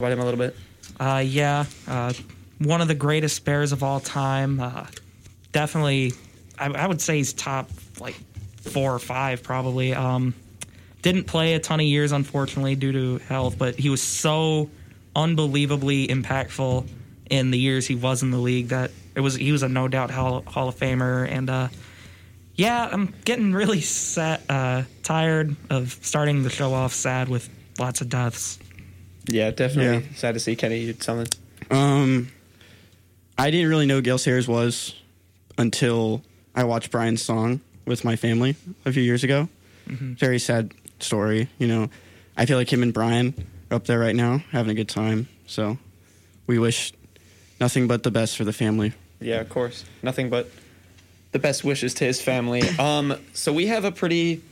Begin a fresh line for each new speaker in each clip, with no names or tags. about him a little bit?
Uh, yeah, uh, one of the greatest Bears of all time. Uh, definitely, I, I would say he's top like four or five probably. Um, didn't play a ton of years unfortunately due to health, but he was so unbelievably impactful in the years he was in the league that it was he was a no doubt Hall, Hall of Famer and. Uh, yeah, I'm getting really sad, uh, tired of starting the show off sad with lots of deaths.
Yeah, definitely.
Yeah.
Sad to see Kenny did something.
Um, I didn't really know Gail Sayers was until I watched Brian's song with my family a few years ago.
Mm-hmm.
Very sad story, you know. I feel like him and Brian are up there right now having a good time. So we wish nothing but the best for the family.
Yeah, of course. Nothing but the best wishes to his family. Um, so we have a pretty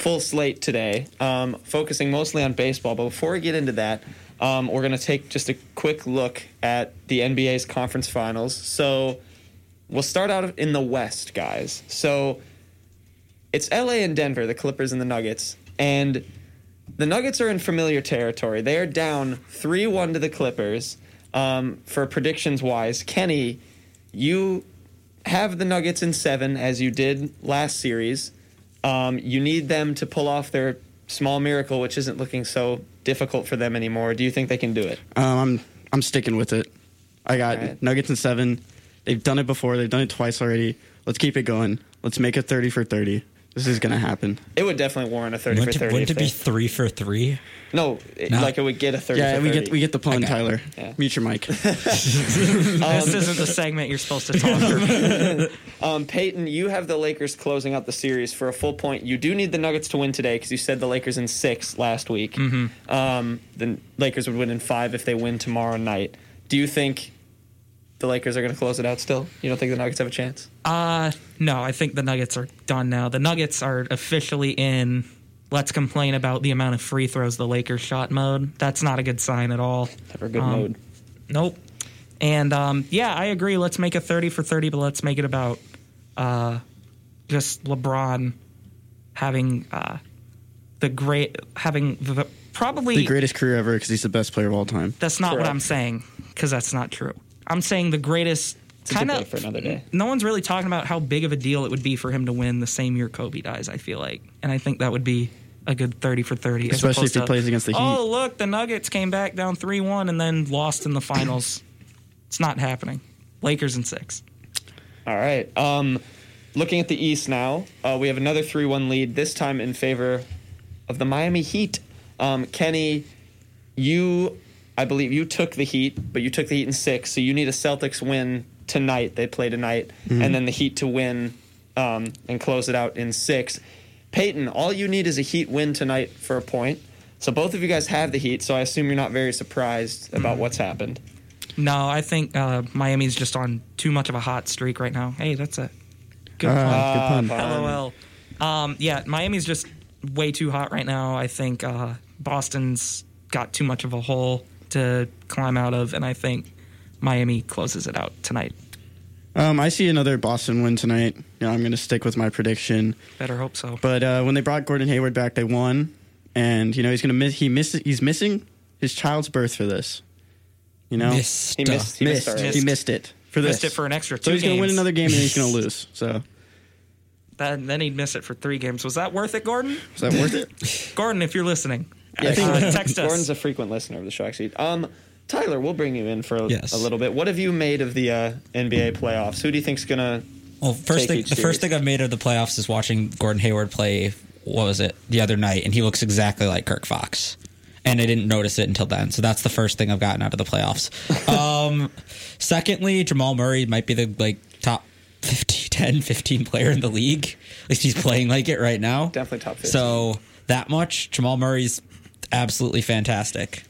full slate today, um, focusing mostly on baseball. But before we get into that, um, we're going to take just a quick look at the NBA's conference finals. So we'll start out in the West, guys. So it's LA and Denver, the Clippers and the Nuggets. And the Nuggets are in familiar territory. They are down 3 1 to the Clippers um, for predictions wise. Kenny, you have the Nuggets in seven, as you did last series. Um, you need them to pull off their small miracle, which isn't looking so difficult for them anymore. Do you think they can do it?
Um, I'm I'm sticking with it. I got
All right.
Nuggets and seven. They've done it before. They've done it twice already. Let's keep it going. Let's make it thirty for thirty. This is gonna happen.
It would definitely warrant a 30
Wouldn't,
for
it,
30.
wouldn't
if
it be
they-
three for three?
no, it-
No.
like it would get a 30
Yeah,
for
we
30.
get we get the pun, Tyler.
Yeah.
Mute your mic.
this isn't the segment you're supposed to talk through.
Um, Peyton, you have the Lakers closing out the series for a full point. You do need the Nuggets to win today because you said the Lakers in six last week. Um, the Lakers would win in five if they win tomorrow night. Do you think the Lakers are going to close it out still? You don't think the Nuggets have a chance?
Uh, no, I think the Nuggets are done now. The Nuggets are officially in. Let's complain about the amount of free throws the Lakers shot mode. That's not a good sign at all.
Never a good
Um,
mode.
Nope. And um, yeah, I agree. Let's make a thirty for thirty, but let's make it about uh, just LeBron having uh, the great having the probably
the greatest career ever because he's the best player of all time.
That's not
Correct.
what I'm saying because that's not true. I'm saying the greatest
a
kind
debate
of
for another day.
No one's really talking about how big of a deal it would be for him to win the same year Kobe dies. I feel like, and I think that would be a good thirty for thirty, as
Especially if
opposed
he
to,
plays against the
Oh,
Heat."
look, the Nuggets came back down three one and then lost in the finals. it's not happening. Lakers in six.
All right. Um, looking at the East now, uh, we have another 3 1 lead, this time in favor of the Miami Heat. Um, Kenny, you, I believe you took the Heat, but you took the Heat in six, so you need a Celtics win tonight. They play tonight, and then the Heat to win um, and close it out in six. Peyton, all you need is a Heat win tonight for a point. So both of you guys have the Heat, so I assume you're not very surprised about what's happened.
No, I think uh, Miami's just on too much of a hot streak right now. Hey, that's a good
Ah,
point.
good pun.
fine.
LOL. Um, yeah, Miami's just way too hot right now. I think uh, Boston's got too much of a hole to climb out of, and I think Miami closes it out tonight.
Um, I see another Boston win tonight. Yeah, I'm going to stick with my prediction.
Better hope so.
But uh, when they brought Gordon Hayward back, they won, and you know he's going to miss. He miss. He's missing his child's birth for this. You know,
Missed.
He missed. He missed.
missed.
already.
He missed it for this.
Missed it for an extra two
so he's going to win
games.
another game and he's going to lose. So
Then- then he'd miss it for three games. Was that worth it, Gordon?
is that worth it?
Gordon, if you're listening,
Yeah,
uh,
I think
text us.
Gordon's a frequent listener of the show, actually. Um, Tyler, we'll bring you in for a,
Yes.
a little bit. What have you made of the uh, NBA playoffs? Who do you think's gonna?
Well, first
Take
thing,
each
the first
series.
thing I've made of the playoffs is watching Gordon Hayward play. What was it the other night? And he looks exactly like Kirk Fox, and I didn't notice it until then. So that's the first thing I've gotten out of the playoffs. um, secondly, Jamal Murray might be the like top 50, 10, 15 player in the league. At least he's playing like it right now.
Definitely top 15.
So that much Jamal Murray's absolutely fantastic.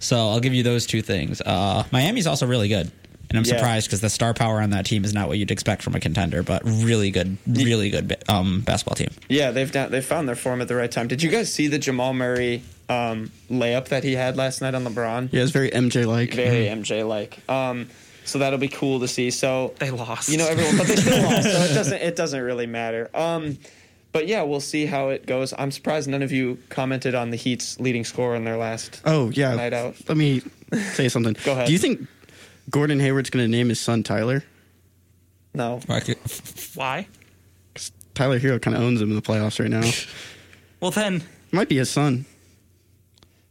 So I'll give you those two things. Uh, Miami's also really good. And I'm
Yeah.
surprised because the star power on that team is not what you'd expect from a contender, but really good, really good um, basketball team.
Yeah, they've down, they found their form at the right time. Did you guys see the Jamal Murray um, layup that he had last night on LeBron?
Yeah, it's very Mm. MJ like.
Very MJ like. Um, so that'll be cool to see. So
They lost.
You know, everyone, but they still lost, so it doesn't it doesn't really matter. Um, but yeah, we'll see how it goes. I'm surprised none of you commented on the Heat's leading scorer in their last.
Oh yeah.
Night out.
Let me say something.
Go ahead.
Do you think Gordon Hayward's going to name his son Tyler?
No,
why?
Tyler Hero kind of owns him in the playoffs right now.
Well, then
Might be his son.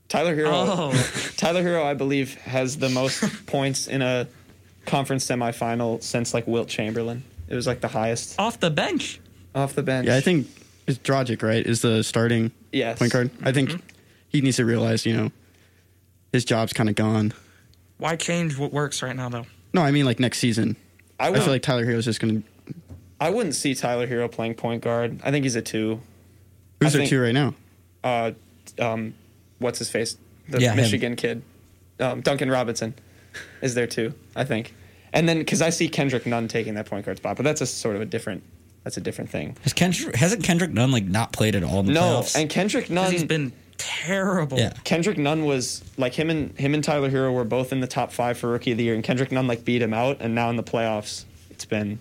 Tyler Hero.
Oh.
Tyler Hero, I believe, has the most points in a conference semifinal since like Wilt Chamberlain. It was like the highest
off the bench.
off the bench.
Yeah, I think it's Drogic, right? Is the starting
Yes. Mm-hmm.
point guard. I think he needs to realize, you know, his job's kind of gone.
Why change what works right now, though?
No, I mean like next season.
I
I
would.
feel like Tyler Hero's just going to.
I wouldn't see Tyler Hero playing point guard. I think he's a two.
Who's
I
their
think-
two right now?
Uh, um, what's his face? The
Yeah, him.
Michigan kid, um, Duncan Robinson, is there too. I think. And then because I see Kendrick Nunn taking that point guard spot, but that's a sort of a different. That's a different thing.
Has Kendrick, hasn't Kendrick Nunn like not played at all in the
No,
playoffs?
and Kendrick
'Cause
Nunn.
he's been terrible.
yeah.
Kendrick Nunn was like him and him and Tyler Hero were both in the top five for rookie of the year, and Kendrick Nunn like beat him out, and now in the playoffs, it's been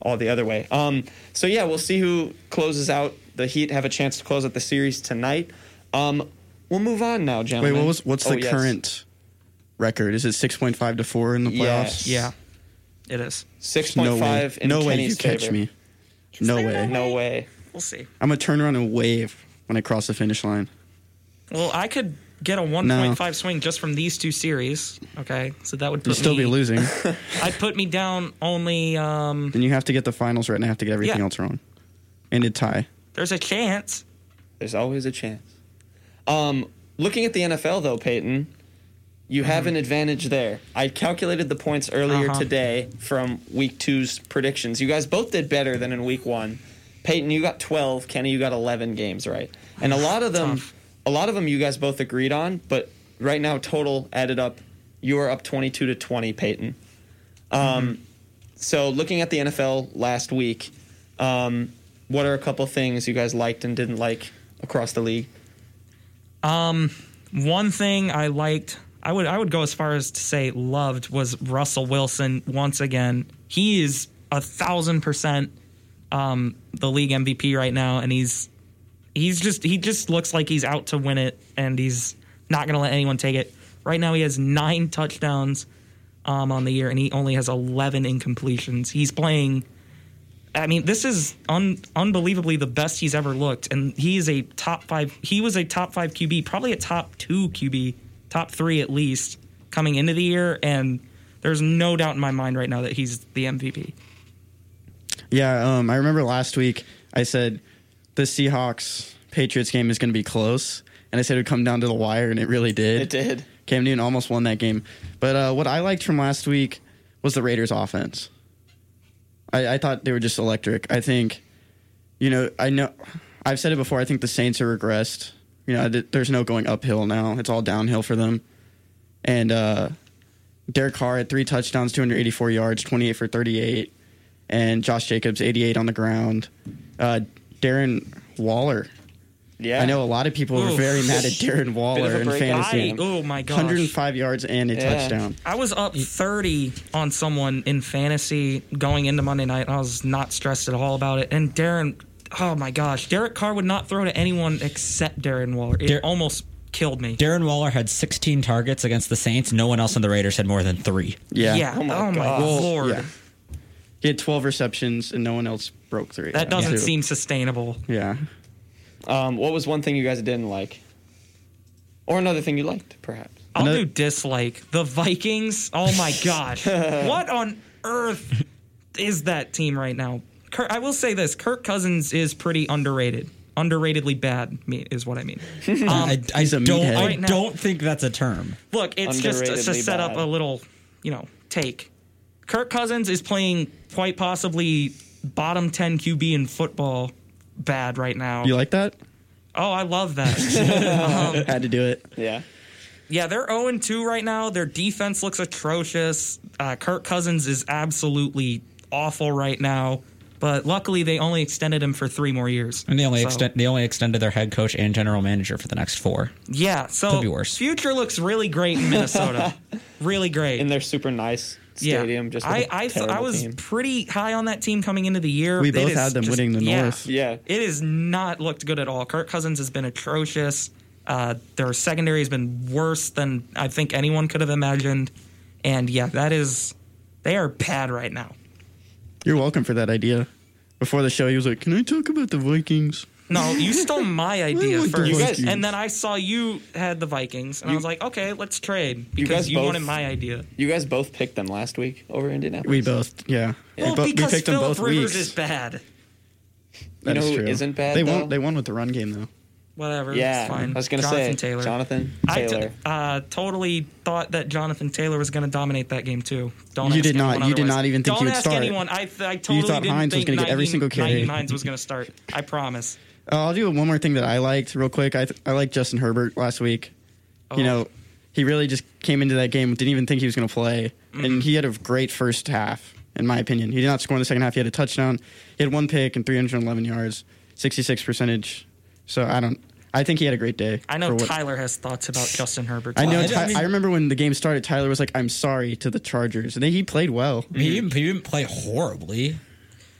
all the other way. Um, so yeah, we'll see who closes out. The Heat have a chance to close out the series tonight. Um, we'll move on now,
Wait,
gentlemen.
what was what's
Oh,
the
yes.
current record? Is it six point five to four in the
Yes.
playoffs?
Yeah, it is.
six
No
point five?
way.
in
no
Kenny's
way. You
favor.
catch me. No way.
No way.
We'll see.
I'm gonna turn around and wave when I cross the finish line.
Well, I could get a 1.5 swing just from these two series. Okay, so that would put
You'll still
me,
Mm-hmm.
be losing.
I'd put me down only. Um,
then you have to get the finals right, and I have to get everything
Yeah.
else wrong, and a tie.
there's a chance.
There's always a chance. Um, looking at the NFL though, Peyton, you
Mm-hmm.
have an advantage there. I calculated the points earlier
Uh-huh.
today from Week Two's predictions. You guys both did better than in Week One. Peyton, you got 12. Kenny, you got 11 games right, and a lot of them,
Tough.
a lot of them, you guys both agreed on. But right now, total added up, you are up 22 to 20, Peyton. Um,
Mm-hmm.
So, looking at the NFL last week, um, what are a couple things you guys liked and didn't like across the league?
One thing I liked, I would I would go as far as to say loved was Russell Wilson once again. He is a thousand percent um, the league MVP right now, and he's he's just he just looks like he's out to win it, and he's not going to let anyone take it. Right now, he has nine touchdowns um, on the year, and he only has eleven incompletions. He's playing. I mean, this is un- unbelievably the best he's ever looked, and he is a top five. He was a top five QB, probably a top two QB, top three at least, coming into the year. And there's no doubt in my mind right now that he's the MVP.
Yeah, um, I remember last week I said the Seahawks Patriots game is going to be close, and I said it would come down to the wire, and it really did.
It did.
Cam Newton almost won that game. But uh, what I liked from last week was the Raiders' offense. I, I thought they were just electric. I think, you know, I know, I've said it before. I think the Saints are regressed. You know, th- there's no going uphill now. It's all downhill for them. And uh, Derek Carr had three touchdowns, 284 yards, 28 for 38, and Josh Jacobs 88 on the ground. Uh, Darren Waller.
Yeah.
I know a lot of people were
Oof.
very mad at Darren Waller in
breakout.
fantasy.
I oh my gosh,
105 yards and a
Yeah.
touchdown.
I was up 30 on someone in fantasy going into Monday night, and I was not stressed at all about it. And Darren, oh my gosh, Derek Carr would not throw to anyone except Darren Waller. It
Dar-
almost killed me.
Darren Waller had 16 targets against the Saints. No one else on the Raiders had more than three.
Yeah.
Yeah.
Oh
Oh
my
my,
gosh. Well,
lord.
yeah. He had 12 receptions and no one else broke three.
That doesn't
Two.
seem sustainable.
Yeah.
Um, what was one thing you guys didn't like, or another thing you liked, perhaps?
I'll
Another-
do dislike. The Vikings. Oh my gosh. what on earth is that team right now? Kirk, I will say this Kirk Cousins is pretty underrated. Underratedly bad me- is what I mean.
Um, I, I
a
don't,
meathead.
I
Right now-
don't think that's a term.
Look, it's just it's to
Underratedly
set up
bad.
a little, you know, take. Kirk Cousins is playing quite possibly bottom 10 QB in football bad right now.
You like that?
oh, I love that.
Had to do it.
Yeah.
yeah, they're 0 2 right now. Their defense looks atrocious. Uh, Kirk Cousins is absolutely awful right now. But luckily, they only extended him for three more years.
And they only
So-
extend they only extended their head coach and general manager for the next four.
Yeah, so
Could be worse.
future looks really great in Minnesota. really great.
in their super nice stadium. Just with
I
a
I, th- I
terrible
was
team.
pretty high on that team coming into the year.
We
It
both
is
had them winning the
yeah.
North.
Yeah.
it has not looked good at all. Kirk Cousins has been atrocious. Uh, their secondary has been worse than I think anyone could have imagined. And yeah, that is they are bad right now.
You're welcome for that idea. Before the show, he was like, "Can I talk about the Vikings?"
No, you stole my idea
like the
first,
You guys-
and then I saw you had the Vikings, and I was like, okay, let's trade
You
because
guys
you,
both-
wanted my idea.
You guys both picked them last week over Indianapolis.
We both, yeah.
well,
we, bo- we
because
picked them
Philip
both
Rivers
weeks.
is bad.
That
You
is
know who
true.
isn't bad,
They
though?
won. They won with the run game though.
Whatever.
Yeah,
it's fine.
I was gonna
Jonathan
say
Taylor.
Jonathan
I t-
Taylor.
uh, totally thought that Jonathan Taylor was going to dominate that game too. Don't
You
ask
did not.
anyone
You did
otherwise.
not even think
Don't
he would
ask
start.
anyone. I, th- I totally
thought
didn't
Hines was
think
gonna get every
Naeem-
single carry.
Naeem Hines was going to start. I promise.
Uh, I'll do one more thing that I liked real quick. I th- I liked Justin Herbert last week.
Oh.
You know, he really just came into that game didn't even think he was going to play,
Mm-hmm.
and he had a great first half, in my opinion. He did not score in the second half. He had a touchdown. He had one pick and 311 yards, 66 percentage. So I don't. I think he had a great day.
I
for
know
what-
Tyler has thoughts about Justin Herbert.
I know.
I
I,
mean-
I remember when the game started, Tyler was like, "I'm sorry" to the Chargers, and then he played well.
He, didn't- he didn't play horribly.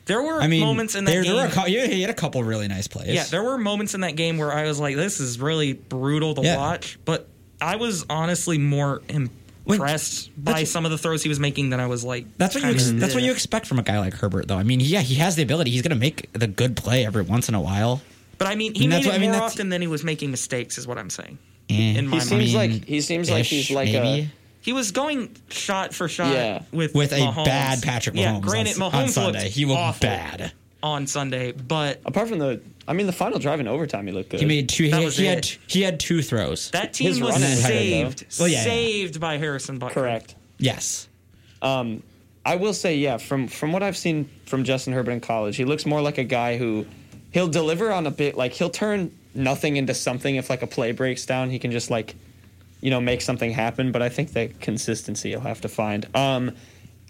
There were
I mean,
moments in that
there,
game.
there were a cou- yeah, he had a couple really nice plays.
yeah, there were moments in that game where I was like, "This is really brutal to
Yeah.
watch," but I was honestly more impressed by
that's-
some of the throws he was making than I was like.
That's what you
kinda-
ex- that's what
Yeah.
you expect from a guy like Herbert, though. I mean, yeah, he has the ability. He's going to make the good play every once in a while.
But I mean, he
And
made
that's
it
what- I mean,
more
that's-
often than he was making mistakes, is what I'm saying.
Eh.
In my
he
mind,
seems
mean,
like he seems like he's
Ish,
like
maybe.
he was going shot for shot
Yeah.
with
with a
Mahomes.
bad Patrick Mahomes
Yeah,
on
granted,
s- on,
Mahomes looked
Sunday. He looked
awful
bad.
on Sunday, but
a apart from the. I mean, the final drive in overtime, he looked good.
He made two. He,
That
had,
was
he had
it.
he had two throws.
that team
His
was
run is better,
saved,
though. Well, yeah, yeah.
saved by Harrison Butker.
correct.
yes,
I will say, yeah, from from what I've seen from Justin Herbert in college, he looks more like a guy who he'll deliver on a bit like he'll turn nothing into something if like a play breaks down, he can just like you know make something happen, but I think that consistency you'll have to find. Um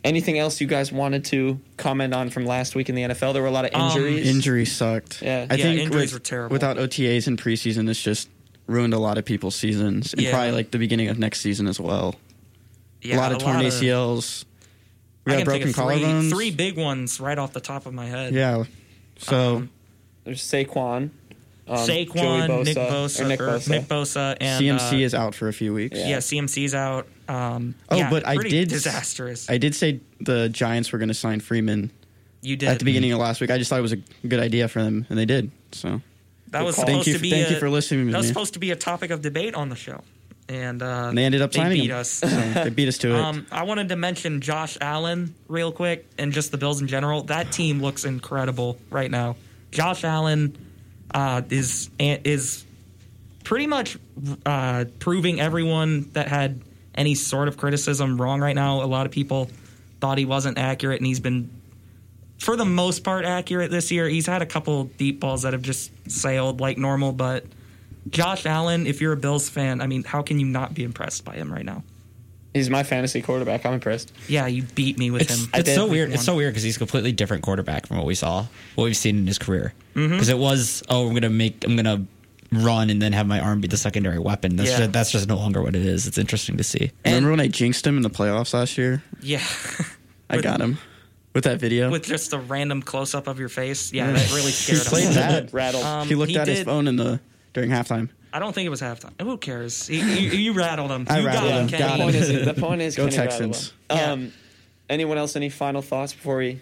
anything else you guys wanted to comment on from last week in the NFL? There were a lot of
Um,
injuries.
Injury sucked.
Yeah.
I
Yeah,
think
injuries
with-
were terrible.
Without OTAs and preseason, it's just ruined a lot of people's seasons, and
Yeah.
probably like the beginning of next season as well.
Yeah,
a lot of torn ACLs. We
I
got
can think
broken
of three,
collarbones.
Three big ones right off the top of my head.
Yeah. So
Um,
There's Saquon. Um,
Saquon, Nick Bosa,
or Nick Bosa.
Nick Bosa, and
CMC
uh,
is out for a few weeks.
yeah, CMC's out. Um,
Oh,
yeah,
but I
pretty
did
disastrous.
I did say the Giants were going to sign Freeman
you did Mm-hmm.
at the beginning of last week. I just thought it was a good idea for them, and they did. So
That
Good
was
call.
supposed
Thank you-
to be.
thank
a,
you for listening to
That was
me.
supposed to be a topic of debate on the show, and, uh,
and they ended up
they
signing
beat
him.
us.
So they beat us to it.
Um, I wanted to mention Josh Allen real quick, and just the Bills in general. That team looks incredible right now. Josh Allen uh, is is pretty much uh, proving everyone that had any sort of criticism wrong right now. A lot of people thought he wasn't accurate, and he's been for the most part accurate this year. He's had a couple deep balls that have just sailed like normal, but Josh Allen, if you're a Bills fan, I mean, how can you not be impressed by him right now?
He's my fantasy quarterback. I'm impressed.
Yeah, you beat me with
it's,
him.
it's so weird.
Week
It's so
one.
weird because he's a completely different quarterback from what we saw, what we've seen in his career. Because
Mm-hmm.
it was, oh, I'm gonna make, I'm gonna run and then have my arm be the secondary weapon. That's
Yeah.
just, that's just no longer what it is. It's interesting to see.
Remember when I jinxed him in the playoffs last year?
Yeah,
I got him with that video.
with just a random close up of your face. Yeah, that really
he
scared him.
played bad.
Rattled.
Um,
he looked
he
at his
did-
phone in the during halftime.
I don't think it was halftime. Who cares? You, you, you rattled him.
I
you
rattled him.
Kenny.
Got
the
him.
point is, the point is
Go
Kenny
Texans.
Galladay.
Yeah.
Um, anyone else? Any final thoughts before we?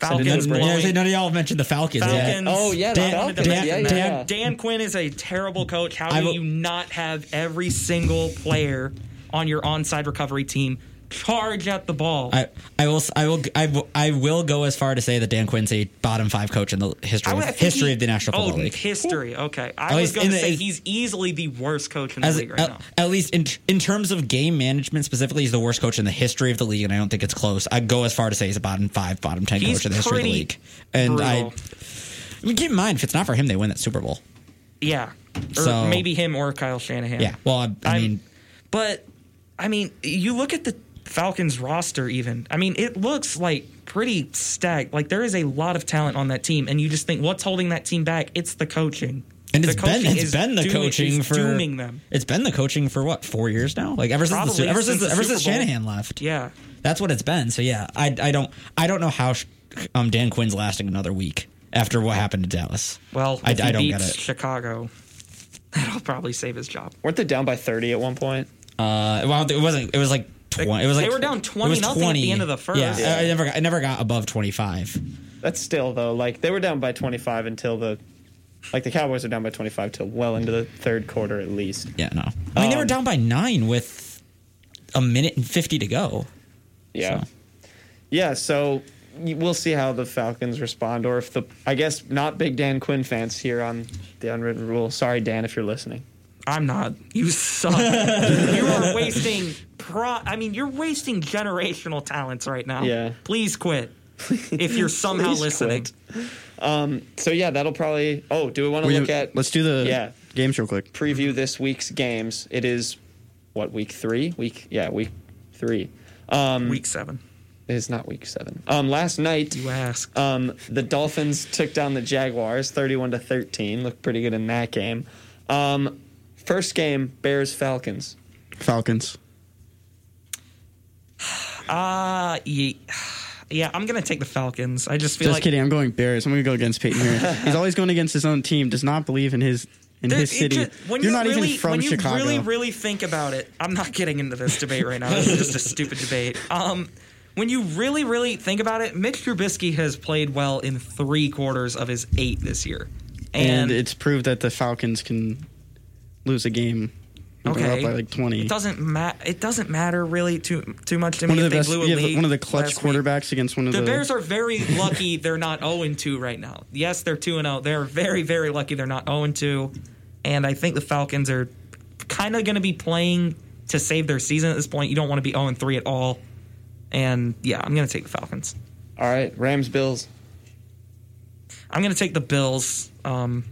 Falcons
None- yeah,
blowing.
none of y'all have mentioned the Falcons. yet.
Falcons.
Oh, yeah, the
I wanted to
Falcons.
mention
Dan-
that.
Dan-
Dan Quinn is a terrible coach. How
I
do
will-
you not have every single player on your onside recovery team charge at the ball?
I, I will s- I will I, will- I will go as far to say that Dan Quinn's a bottom five coach in the history
I would- I
of,
think
history
he-
of the National
oh,
Football League.
history. Okay, I
At
was
least
going
in
to
the-
say he's easily the worst coach in the
As,
league right
at,
now.
at least in in terms of game management specifically, he's the worst coach in the history of the league, and I don't think it's close. I go as far to say he's a bottom five, bottom ten
He's
coach in the history of the
pretty
league. And I,
brutal.
I mean, keep in mind, if it's not for him, they win that Super Bowl.
Yeah. Or
So-
maybe him or Kyle Shanahan.
Yeah. Well, I, I
I'm-
mean,
But I mean, you look at the Falcons roster even. I mean, it looks like pretty stacked. Like there is a lot of talent on that team and you just think what's holding that team back? It's the coaching.
And
the
it's been
coaching
it's
is
been the
doom-
coaching
is
for
dooming them.
It's been the coaching for what four years now? Like ever since the, Su-
Probably
ever since,
since
the,
the
ever
Super
since
Bowl.
Shanahan left.
Yeah.
that's what it's been. So yeah, I I don't I don't know how sh- um Dan Quinn's lasting another week after what happened to Dallas.
Well,
I,
if he
I don't
beats
get it.
Chicago, that'll probably save his job.
Weren't they down by 30 at one point?
Uh, well, it wasn't. It was like twenty. It was
They
like
were down
it
20
was
nothing at the end of the first.
Yeah, I, I never got, I never got above twenty five.
That's still though. Like they were down by 25 until the, like the Cowboys are down by 25 till well into the third quarter at least.
Yeah, no. I mean, they were
Um,
down by nine with a minute and fifty to go.
Yeah.
So.
Yeah, so y- we'll see how the Falcons respond, or if the I guess not big Dan Quinn fans here on the unwritten rule. Sorry, Dan, if you're listening.
I'm not. You suck. you are wasting pro. I mean, you're wasting generational talents right now.
Yeah.
Please quit. If you're somehow
Please
listening,
quit. So yeah, that'll probably. Oh, do we want to
We-
look at?
let's do the
Yeah.
games real quick.
preview this week's games. It is what week three? Week yeah, week three.
Um,
week seven.
It is not week seven. Um, last night
You asked.
Um, the Dolphins took down the Jaguars, thirty-one to thirteen. Looked pretty good in that game. Um, first game, Bears Falcons.
Falcons.
Uh, ye- yeah, I'm gonna take the Falcons. I just feel
Just
like
kidding. I'm going Bears. I'm going to go against Peyton here. He's always going against his own team. Does not believe in his in
there-
his
it
city.
ju- when
You're
you
not
really,
even from
when you
Chicago.
really, really think about it, I'm not getting into this debate right now. This is just a stupid debate. Um, when you really, really think about it, Mitch Trubisky has played well in three quarters of his eight this year,
and,
and,
it's proved that the Falcons can lose a game. when they're
okay,
up by like 20.
It doesn't matter. It doesn't matter really too too much to
One
me
of
if
the
they
best.
blew a
Yeah,
lead.
one of the clutch
last week.
quarterbacks against one of the.
The Bears are very lucky they're not 0 2 right now. Yes, they're 2 0. They're very, very lucky they're not 0 2. And I think the Falcons are kind of going to be playing to save their season at this point. You don't want to be 0 3 at all. And yeah, I'm going to take the Falcons.
All right, Rams Bills.
I'm going to take the Bills. Um,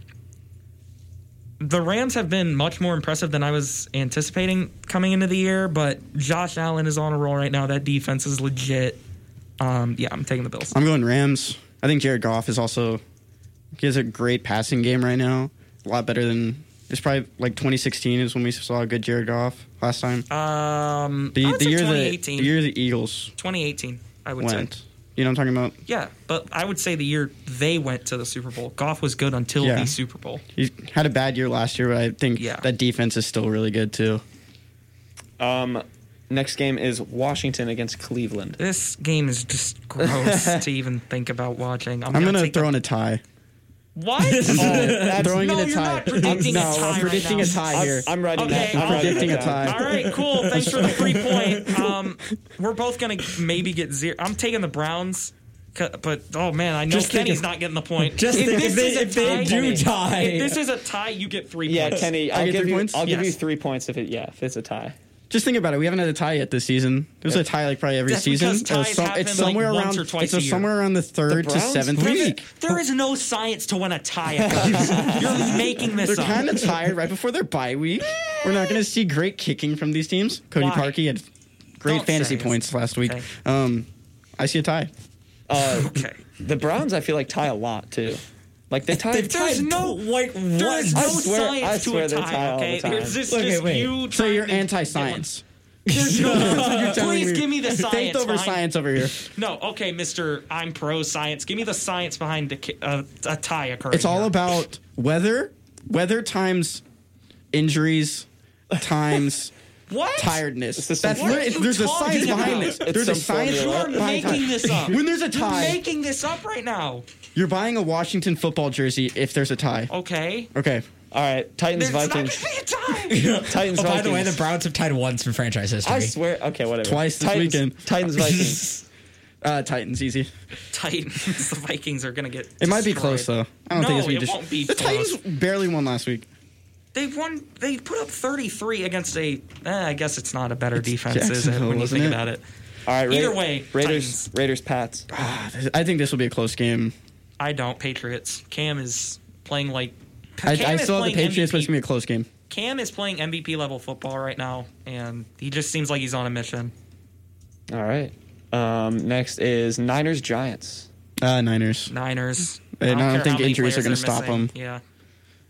the Rams have been much more impressive than I was anticipating coming into the year, but Josh Allen is on a roll right now. That defense is legit. Um, yeah, I'm taking the Bills.
I'm going Rams. I think Jared Goff is also he has a great passing game right now. A lot better than it's probably like 2016 is when we saw a good Jared Goff last time.
Um, I
the,
would
the
say
year the,
2018.
the year the Eagles
2018, I would
went.
say.
You know what I'm talking about?
Yeah, but I would say the year they went to the Super Bowl, Goff was good until
Yeah.
the Super Bowl.
He had a bad year last year, but I think
Yeah.
that defense is still really good too.
Um, next game is Washington against Cleveland.
This game is just gross to even think about watching. I'm,
I'm
gonna,
gonna
take
throw in a tie.
the- what? Oh,
throwing
no,
in a
you're
tie.
not predicting
I'm,
a tie
no, I'm
right
predicting
now.
a tie here.
I'm writing
Okay,
that.
I'm
I'm writing
predicting
that
a
down.
tie.
All right, cool. Thanks for the free point. Um, we're both gonna maybe get zero. I'm taking the Browns, c- but oh man, I know
Just think
Kenny's
if-
not getting the point.
Just think
this
if they-
is a
if they do tie.
if this is a tie, you get three.
Yeah,
points.
Kenny,
I
I'll
get
give
three
you.
points?
I'll give
Yes.
you three points if it. Yeah, if it's a tie.
Just think about it. We haven't had a tie yet this season. There's a tie like probably every
That's
season.
because
It was
ties
some-
happen,
it's
like,
somewhere
once
around.
or twice
it's
a
a
year.
somewhere around the third to
Browns
seventh
There is-
week.
There is no science to when a tie occurs. You're making this
They're
up.
kind of tired right before their bye week. We're not going to see great kicking from these teams. Cody
Why?
Parkey had great
Don't
fantasy
say it.
points last week.
Okay.
Um, I see a tie.
Uh,
okay.
the Browns, I feel like tie a lot too. Like they tie.
They've
There's
tied
no-
tw- like
There is no
once.
I swear-
science
I
to
swear
a
they tie
tie.
all the
Okay,
time.
There's just,
Okay,
just
wait.
you.
So
trying
you're
to-
anti-science.
There's no,
telling
please
me-
give me the
Faith
science.
over
behind-
science over here.
No, okay, Mister, I'm pro science. Give me the science behind the, ki- uh, a tie occurring.
It's all
here.
about weather, weather times injuries times
what
tiredness.
this
That's
some-
li-
What are
you
there's a
talking
science
about?
behind this.
It's
There's a
some
science
formula.
You are
behind
making
tie.
this up.
When there's a
You're
tie,
making this up right now.
you're buying a Washington football jersey if there's a tie.
Oh. Okay.
Okay.
all right, Titans
There's not going
Vikings.
to be a tie.
Titans Vikings.
Oh, by the way, the Browns have tied once in franchise history.
I swear. Okay, whatever.
Twice this
Titans,
weekend.
Titans Vikings.
Uh, Titans easy.
Titans. The Vikings are going to get.
It might be close though. I don't
no,
think it's
it
gonna be dis-
won't be.
The
close.
Titans barely won last week.
They won. They put up 33 against a. Eh, I guess it's not a better defense, is it?
Jacksonville,
When you
isn't
think
it?
about it,
All right.
Either way,
Raiders, Raiders, Pats.
Ah,
I think this will be a close game.
I don't. Patriots. Cam is playing like.
I,
Cam
I
is
still have the
playing
Patriots, but it's
MVP.
gonna be a close game.
Cam is playing MVP level football right now, and he just seems like he's on a mission.
All right. Um, next is Niners Giants.
Uh, Niners.
Niners.
I don't
care
think
how many
injuries are
players
gonna stop
missing.
them.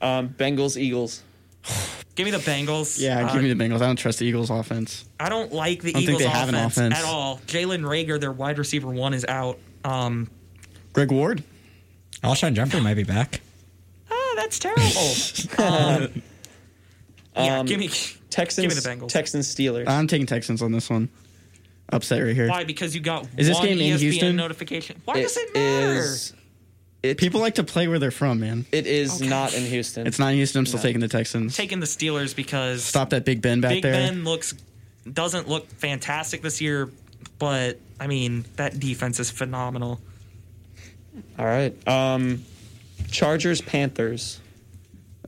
Yeah.
Um, Bengals Eagles.
Give me the Bengals.
Yeah,
Uh,
give me the Bengals. I don't trust the Eagles' offense.
I don't like the
don't think
Eagles
they have an
offense,
offense.
at all. Jalen Rager, their wide receiver one, is out. Um,
Greg Ward.
Alshon Jeffrey might be back.
oh, that's terrible. um, yeah,
Um,
give me
Texans.
Give me the Bengals.
Texans Steelers.
I'm taking Texans on this one. Upset right here.
Why? Because you got
Is this
one E
game in
ESPN
Houston?
notification. Why
It
does it matter?
is- it,
People like to play where they're from, man.
it is
Okay.
not in Houston.
It's not Houston. I'm still taking the Texans.
Taking the Steelers because
Stop that Big Ben back
Big
there.
Ben looks doesn't look fantastic this year, but I mean that defense is phenomenal.
All right. Um, Chargers Panthers.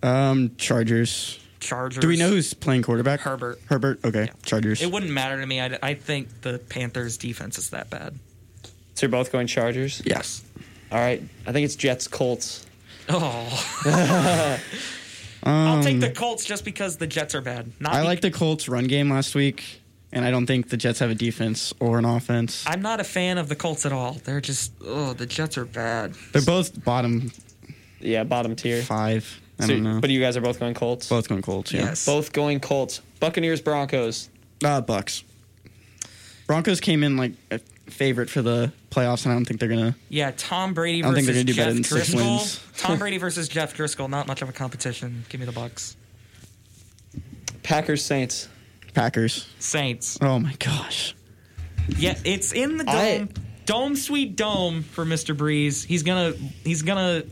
Um, Chargers.
Chargers.
Do we know who's playing quarterback?
Herbert.
Herbert. Okay. Chargers.
It wouldn't matter to me. I, I think the Panthers' defense is that bad.
So you're both going Chargers.
yes.
All right. I think it's Jets Colts.
Oh,
Um,
I'll take the Colts just because the Jets are bad. Not
I
be-
like the Colts run game last week, and I don't think the Jets have a defense or an offense.
I'm not a fan of the Colts at all. They're just oh, the Jets are bad.
They're both bottom
Yeah, bottom tier.
five. I
So-
don't know.
But you guys are both going Colts.
both going Colts. Yeah.
Yes.
Both going Colts. Buccaneers Broncos.
Uh, Bucks. Broncos came in like a favorite for the playoffs, and I don't think they're gonna.
Yeah, Tom Brady
I don't think
versus
they're gonna do
Jeff
better than six
Driscoll.
wins.
Tom Brady versus Jeff Driscoll. Not much of a competition. Give me the Bucks.
Packers Saints.
Packers.
Saints.
Oh my gosh.
Yeah, it's in the dome.
I-
dome sweet dome for Mr. Breeze. He's gonna he's gonna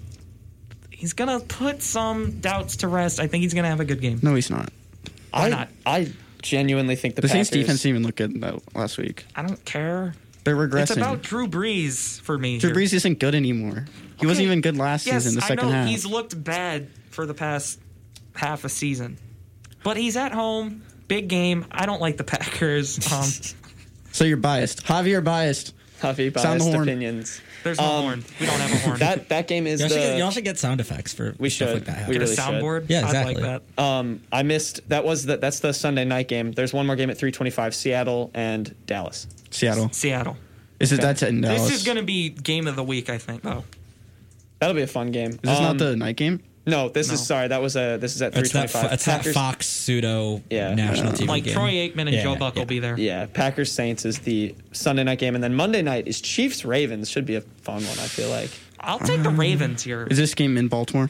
he's gonna put some doubts to rest. I think he's gonna have a good game.
No, he's not.
I
not?
I genuinely think the,
The
Packers.
Saints defense didn't even look good though, last week.
I don't care.
They're regressing.
It's about Drew Brees for me.
Drew
here.
Brees isn't good anymore. He
Okay.
wasn't even good last
yes,
season. The second
I know
half.
he's looked bad for the past half a season, but he's at home. Big game. I don't like the Packers. Um,
so you're biased. Javier biased.
Huffy
Sound the
biased
horn.
opinions.
there's no
Um,
horn. We don't have a horn.
That that game is
Y'all, should get, y'all
the.
should get sound effects for
We
stuff
should.
like that.
We
happening.
Get a
really should.
soundboard.
Yeah,
I'd
exactly.
like that.
Um, I missed. That was the, That's the Sunday night game. There's one more game at 3:25. Seattle and Dallas.
Seattle.
Seattle.
Is it that's in Dallas?
This is going to be game of the week, I think, though.
That'll be a fun game.
Is this
Um,
not the night game?
No, this
No.
is sorry. That was a. This is at
It's that, fo-
3:25.
it's that Fox pseudo
Yeah.
national TV
Like
game.
Troy Aikman and
Yeah,
Joe
yeah,
Buck
yeah.
will be there.
Yeah, Packers Saints is the Sunday night game, and then Monday night is Chiefs Ravens. Should be a fun one. I feel like
I'll take the
Um,
Ravens here.
Is this game in Baltimore?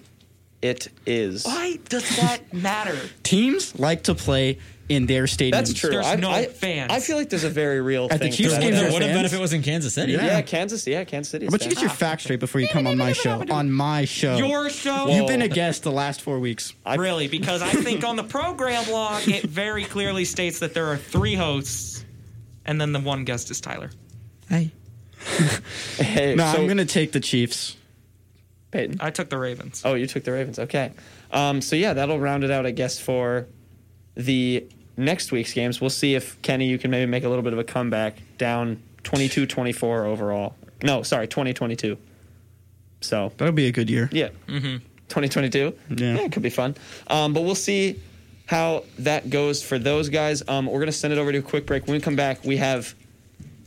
it is.
Why does that matter?
Teams like to play in their stadiums.
That's true.
There's
I,
no
I,
fans.
I feel like there's a very real
At the
thing. for
Chiefs
that.
game,
There
there
would have been
fans?
if it was in Kansas City.
Yeah.
yeah. Kansas. Yeah, Kansas City. is
But you get
fans.
your facts straight before you come on my show. On my show.
Your show?
You've been a guest the last four weeks.
I-
really, because I think on the program log, it very clearly states that there are three hosts, and then the one guest is Tyler.
Hey.
Hey,
No,
so-
I'm gonna take the Chiefs.
Peyton.
I took the Ravens.
Oh, you took the Ravens. Okay. Um, so yeah, that'll round it out, I guess, for the next week's games. We'll see if Kenny, you can maybe make a little bit of a comeback down 22-24 overall. No, sorry, 2022. So
That'll be a good year.
yeah, mm-hmm. 2022.
Yeah.
it could be fun. Um, but we'll see how that goes for those guys. Um, we're gonna send it over to a quick break. When we come back, we have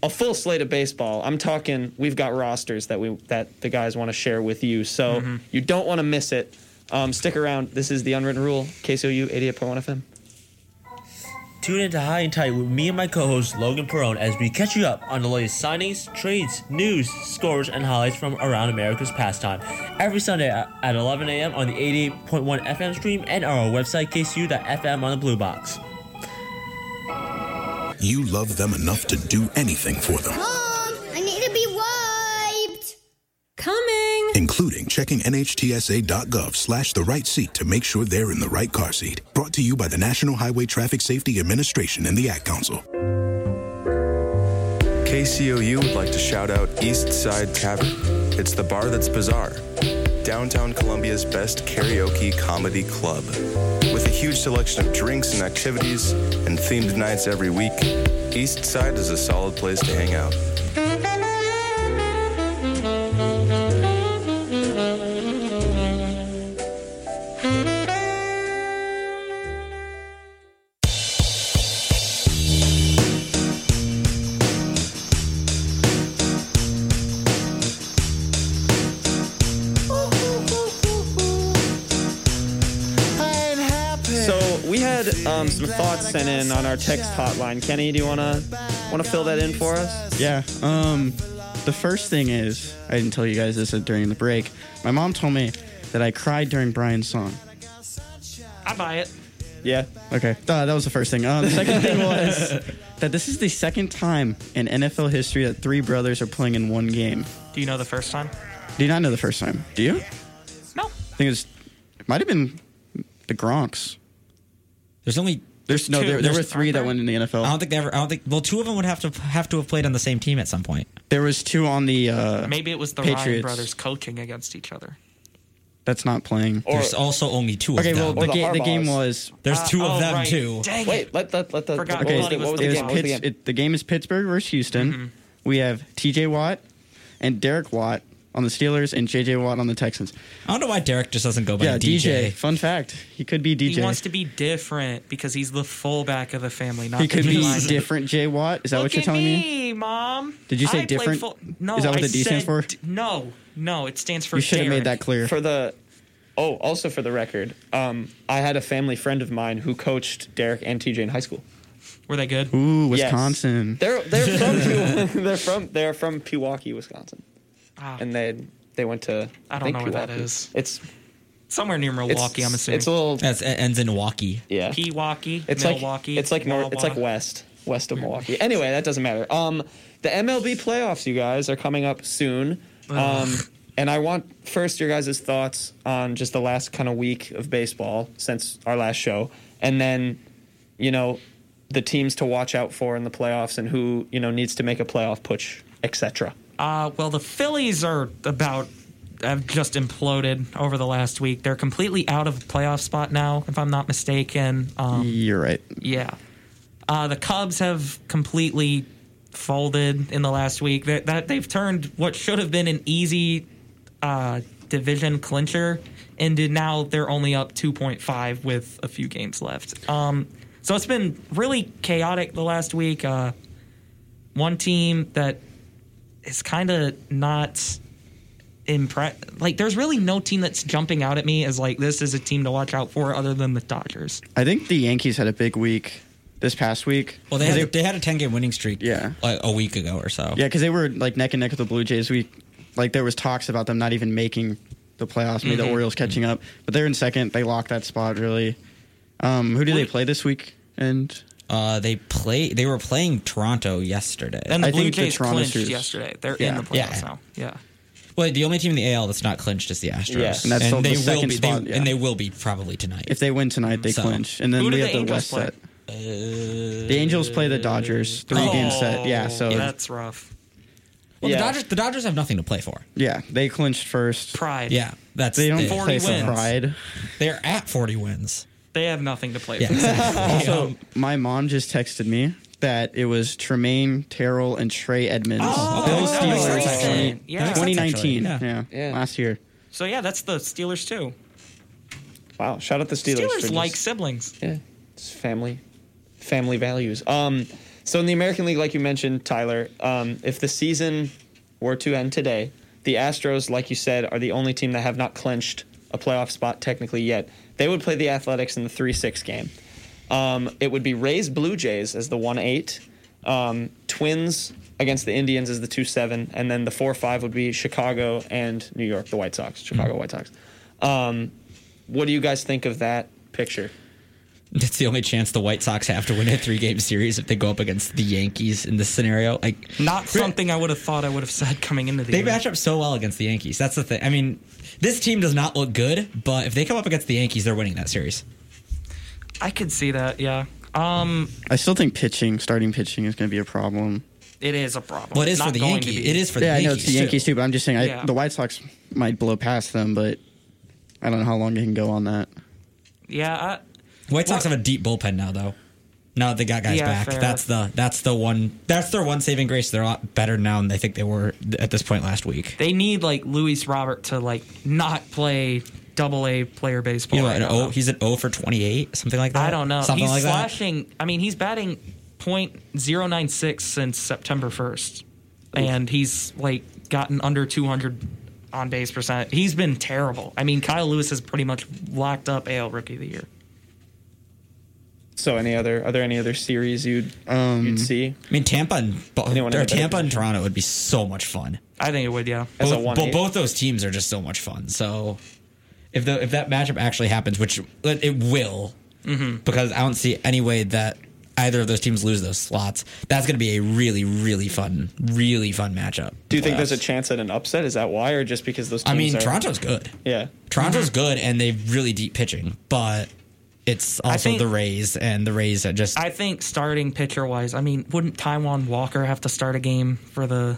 a full slate of baseball. I'm talking we've got rosters that we that the guys want to share with you. So you don't want to miss it. Um, stick around. This is the unwritten rule. KCOU 88.1 FM.
Tune in to High and Tight with me and my co-host Logan Perone as we catch you up on the latest signings, trades, news, scores, and highlights from around America's pastime. Every Sunday at at 11 a.m. on the 88.1 FM stream and our website kcu.fm on the blue box.
You love them enough to do anything for them,
Mom, I need to be wiped. Coming.
including checking NHTSA.gov slash the right seat to make sure they're in the right car seat. Brought to you by the National Highway Traffic Safety Administration and the Ad Council.
KCOU would like to shout out East Side Tavern. It's the bar that's bizarre. Downtown Columbia's best karaoke comedy club. With a huge selection of drinks and activities and themed nights every week, East Side is a solid place to hang out.
um, some thoughts sent in on our text hotline. Kenny, do you wanna wanna fill that in for us?
Yeah. Um, the first thing is, I didn't tell you guys this during the break. My mom told me that I cried during Brian's song.
I buy it.
Yeah.
Okay, uh, that was the first thing. Uh, the second thing was that this is the second time in NFL history that three brothers are playing in one game.
Do you know the first time?
Do you not know the first time? Do you? I
No.
think it, was, it might have been the Gronks.
There's only.
There's no,
Two.
there, there were
There's-
three that went in the NFL.
I don't think they ever. I don't think. Well, two of them would have to have to have played on the same team at some point.
There was two on the. Uh,
Maybe it was the Ryan
Patriots.
brothers coaching against each other.
that's not playing.
Or
There's also only two.
okay,
of
well, uh,
them.
the,
Or the
ga- the game
Harbaughs.
was.
there's two
Oh,
of them
right.
too.
Dang
wait,
it.
let let let the
Forgot
what
Okay,
was it? What was
it
the
was
game? What was the
Pitts-
game?
it- the game is Pittsburgh versus Houston.
Mm-hmm.
We have T.J. Watt and Derek Watt on the Steelers and J.J. Watt on the Texans.
I don't know why Derek just doesn't go by
Yeah, DJ.
DJ.
Fun fact: he could be DJ.
He wants to be different because he's the fullback of the family, not
He could
the
be
D-line.
different J Watt. Is that
Look
what you're
at
telling
me,
me?
Mom.
Did you say
I played
different?
full- no,
Is that what
I
the D stands
said
for?
d- no, no, it stands for.
You should have made that
Derek.
clear.
for the oh also for the record um, i had a family friend of mine who coached derek and tj in high school
Were they good?
Ooh,
Yes.
Wisconsin.
they're, they're from Pew- they're from they're from pewaukee wisconsin
Ah,
and they they went to
I don't
think
know where that
Pewaukee.
is.
it's
Somewhere near
it's,
Milwaukee, I'm assuming.
it's a little
That's it ends in Milwaukee.
yeah
Pewaukee,
it's
Milwaukee.
like it's like north it's like
Wawa.
west west of milwaukee anyway that doesn't matter um the mlb playoffs you guys are coming up soon um and i want first your guys' thoughts on just the last kind of week of baseball since our last show and then you know the teams to watch out for in the playoffs and who you know needs to make a playoff push etc
Uh, well, the Phillies are about have just imploded over the last week. They're completely out of playoff spot now, if I'm not mistaken. Um,
You're right.
yeah, uh, the Cubs have completely folded in the last week. That, that they've turned what should have been an easy uh, division clincher into now they're only up 2.5 with a few games left. Um, so it's been really chaotic the last week. Uh, one team that is kind of not impressed. Like, there's really no team that's jumping out at me as like this is a team to watch out for other than the Dodgers.
I think the Yankees had a big week this past week.
Well, they had, they had a ten game winning streak.
Yeah.
like a week ago or so.
Yeah, because they were like neck and neck with the Blue Jays. We like there was talks about them not even making the playoffs. Maybe
Mm-hmm.
the Orioles catching up, but they're in second. They locked that spot really. Um, who do they play this week? And
Uh, they play. They were playing Toronto yesterday.
And the
I
Blue
think the
Jays
Toronto
clinched
series-
yesterday. They're in
Yeah.
the playoffs
Yeah.
now. Yeah.
well, the only team in the AL that's not clinched is the Astros.
Yeah. And
that's still the
they will
second
be.
spot,
they,
yeah.
And they will be probably tonight.
if they win tonight, they
So-
clinch. And then
Who do
we
the
have the
Angels
West
play? Uh,
set. The Angels play the Dodgers three game
Oh,
set. Yeah, so
that's rough.
well,
Yeah.
the Dodgers. The Dodgers have nothing to play for.
yeah, they clinched first.
Pride.
Yeah, that's
They don't
it.
play for
wins.
pride.
They're at forty wins.
They have nothing to play
Yeah.
for.
exactly.
So my mom just texted me that it was Tremaine Terrell and Trey Edmonds.
Oh,
Bill
that makes
Steelers,
sense.
actually,
Yeah. That makes sense,
2019.
actually.
Yeah.
Yeah.
last year.
So yeah, that's the Steelers too.
wow shout out the steelers, for
Steelers,
just-
like siblings.
yeah, it's family, family values. Um, so in the American League, like you mentioned, Tyler, um, if the season were to end today, the Astros, like you said, are the only team that have not clinched a playoff spot technically yet. They would play the Athletics in the three-six game. Um, it would be Rays Blue Jays as the one eight, um, Twins against the Indians as the two seven, and then the four five would be Chicago and New York, the White Sox, Chicago White Sox. Um, what do you guys think of that picture?
That's the only chance the White Sox have to win a three game series if they go up against the Yankees in this scenario. Like
Not something I would have thought I would have said coming into the
They
year.
match up so well against the Yankees. That's the thing. I mean, this team does not look good, but if they come up against the Yankees, they're winning that series.
I could see that. Yeah. Um,
I still think pitching, starting pitching, is going to be a problem.
it is a problem.
Well, it is
Not
for the
going to
Yankees.
be.
It is for the
Yeah, I
Yankees.
know it's the Yankees too, but I'm just saying I,
Yeah.
the White Sox might blow past them, but I don't know how long they can go on that.
Yeah. uh, I,
White Sox have a deep bullpen now, though. Now that they got guys
Yeah,
back,
fair.
that's the that's the one that's their one saving grace. They're a lot better now than they think they were th- at this point last week.
they need like Luis Robert to like not play double A player baseball.
You know,
right now,
an o,
though.
he's an O for twenty eight, something like that.
I don't know.
something
he's
like
slashing. I mean, he's batting .096 since September first, and he's like gotten under 200 on base percent. He's been terrible. I mean, Kyle Lewis has pretty much locked up AL Rookie of the Year.
So any other are there any other series you'd you'd see
I mean, Tampa and Bo-
Anyone in
or
a better
Tampa and Toronto would be so much fun.
I think it would, yeah.
as a
Both-
one?
bo- both those teams are just so much fun. So if the if that matchup actually happens, which it it will,
Mm-hmm.
because I don't see any way that either of those teams lose those slots. That's going to be a really really fun, really fun matchup.
Do you think there's a
Playoffs.
chance at an upset? Is that why, or just because those? Teams
I mean,
are,
Toronto's good.
Yeah,
Toronto's
Mm-hmm.
good, and they have really deep pitching, but it's also
think-
the Rays, and the Rays are just
I think starting pitcher wise, I mean, wouldn't Taiwan Walker have to start a game for the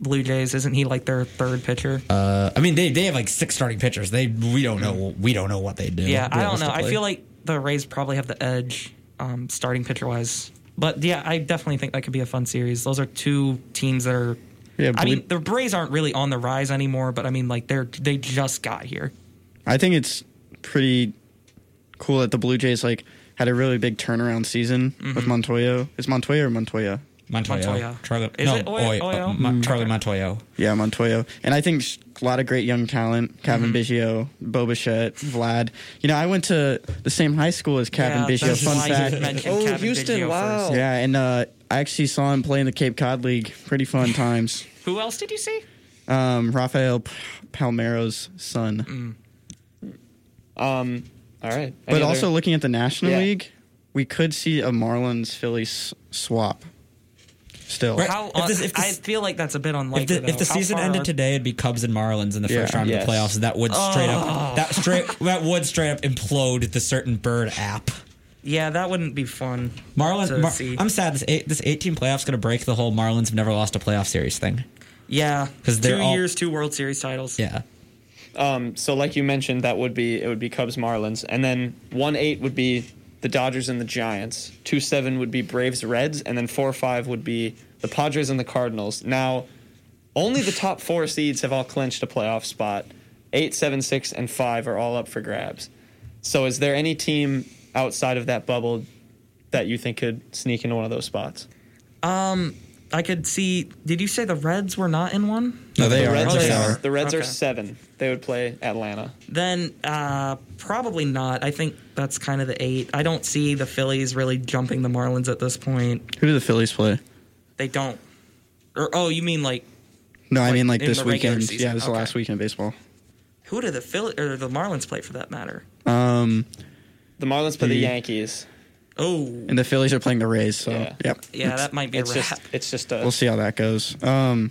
Blue Jays? Isn't he like their third pitcher?
I mean, they they have like six starting pitchers. They we don't know we don't know what they do.
Mm-hmm. yeah, I don't know. I
realistically.
feel like the Rays probably have the edge um, starting pitcher wise. But yeah, I definitely think that could be a fun series. Those are two teams that are.
Yeah,
I
Blue-
mean, the Rays aren't really on the rise anymore, but I mean, like they're they just got here.
I think it's pretty cool that the Blue Jays like had a really big turnaround season
Mm-hmm.
with Montoya. It's Montoya or Montoya?
Montoya,
Montoya.
Charlie,
Is
no,
it Oy-
Oy-
Oyo? Mm-hmm.
uh, Mon- Charlie Montoya.
Yeah, Montoya. And I think sh- a lot of great young talent.
Mm-hmm.
Kevin Biggio, Bo Bichette, Vlad. You know, I went to the same high school as Kevin
yeah,
Biggio.
that's
Fun
why you
fact.
mentioned
Oh,
Kevin
Houston,
Biggio
wow.
first.
Yeah, and uh, I actually saw him play in the Cape Cod League. Pretty fun times.
Who else did you see?
Um, Rafael P- Palmero's son.
Mm.
Um, all right.
But
Any
also
other-
looking at the National
Yeah.
League, we could see a Marlins Phillies swap. Still,
Right.
How
If
on,
this- if this-
I feel like that's a bit unlikely.
If the, if
though.
the
How
season
far
ended
are-
today, it'd be Cubs and Marlins in the first
Yeah.
round
Yes.
of the playoffs. That would straight
Oh.
up that straight that would straight up implode the certain bird app.
yeah, that wouldn't be fun. to
Marlins, Mar-
see.
I'm sad this eight, this 18 playoffs going to break the whole Marlins have never lost a playoff series thing.
Yeah,
'Cause they're
two
all-
years, two World Series titles.
Yeah,
um, so like you mentioned, that would be it would be Cubs Marlins, and then one eight would be the Dodgers and the Giants. Two seven would be Braves Reds, and then four five would be the Padres and the Cardinals. Now, only the top four seeds have all clinched a playoff spot. Eight, seven, six, and five are all up for grabs. So, is there any team outside of that bubble that you think could sneak into one of those spots?
I could see. Did you say the Reds were not in one?
no, they
The
are.
Reds,
they
are,
are.
the Reds are
Okay.
seven. They would play Atlanta.
Then uh, probably not. I think that's kind of the eight. I don't see the Phillies really jumping the Marlins at this point.
who do the Phillies play?
They don't. Or oh, you mean like
No, I
Like,
mean like
in
this
the regular
weekend.
season.
Yeah, this is the
Okay.
last weekend of baseball.
who do the Philly or the Marlins play for that matter?
Um,
The Marlins play the
The-
Yankees.
Oh,
and the Phillies are playing the Rays. So
Yeah.
yep.
yeah, that might be
It's
a wrap.
just it's just a
We'll see how that goes.
mm.
Um,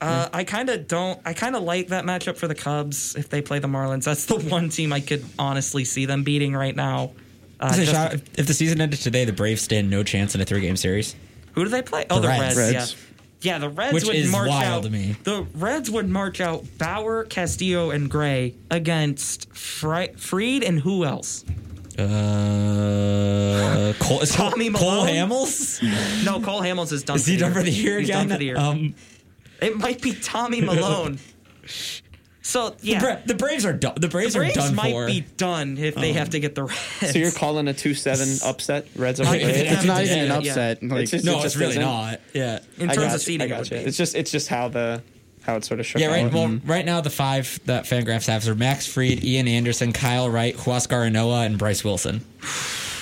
Uh, I kind of don't. I kind of like that matchup for the Cubs if they play the Marlins. That's the one team I could honestly see them beating right now. Uh,
Listen,
just-
shout- if the season ended today, the Braves stand no chance in a three game series.
who do they play? Oh,
The
the,
Reds.
Reds.
Reds.
Yeah, yeah. The Reds
Which
would
is
march
wild
out.
to me.
The Reds would march out Bauer, Castillo, and Gray against Fri- Freed and who else?
Uh, Cole, is Cole,
Tommy
Cole
Malone?
Hamels.
No, Cole Hamels is done.
Is he done for the year
He's
again?
Done for the year.
Um,
it might be Tommy Malone. so yeah,
Bra- the Braves are done. The Braves,
Braves
are done
might
for. Um,
be done if they have to get the Reds.
So you're calling a two seven upset Reds over
Like, if it
Braves?
it's not even an
Yeah.
upset. Like,
It's just-
no,
it
it's really
doesn't.
not. Yeah.
in
I got
terms of
you,
seeding,
I
it would
got you.
be.
It's just it's just how the how it sort of shook
Yeah, right.
out.
Well,
Mm-hmm.
right now the five that Fangraphs have are Max Fried, Ian Anderson, Kyle Wright, Huascar Noah, and Bryce Wilson.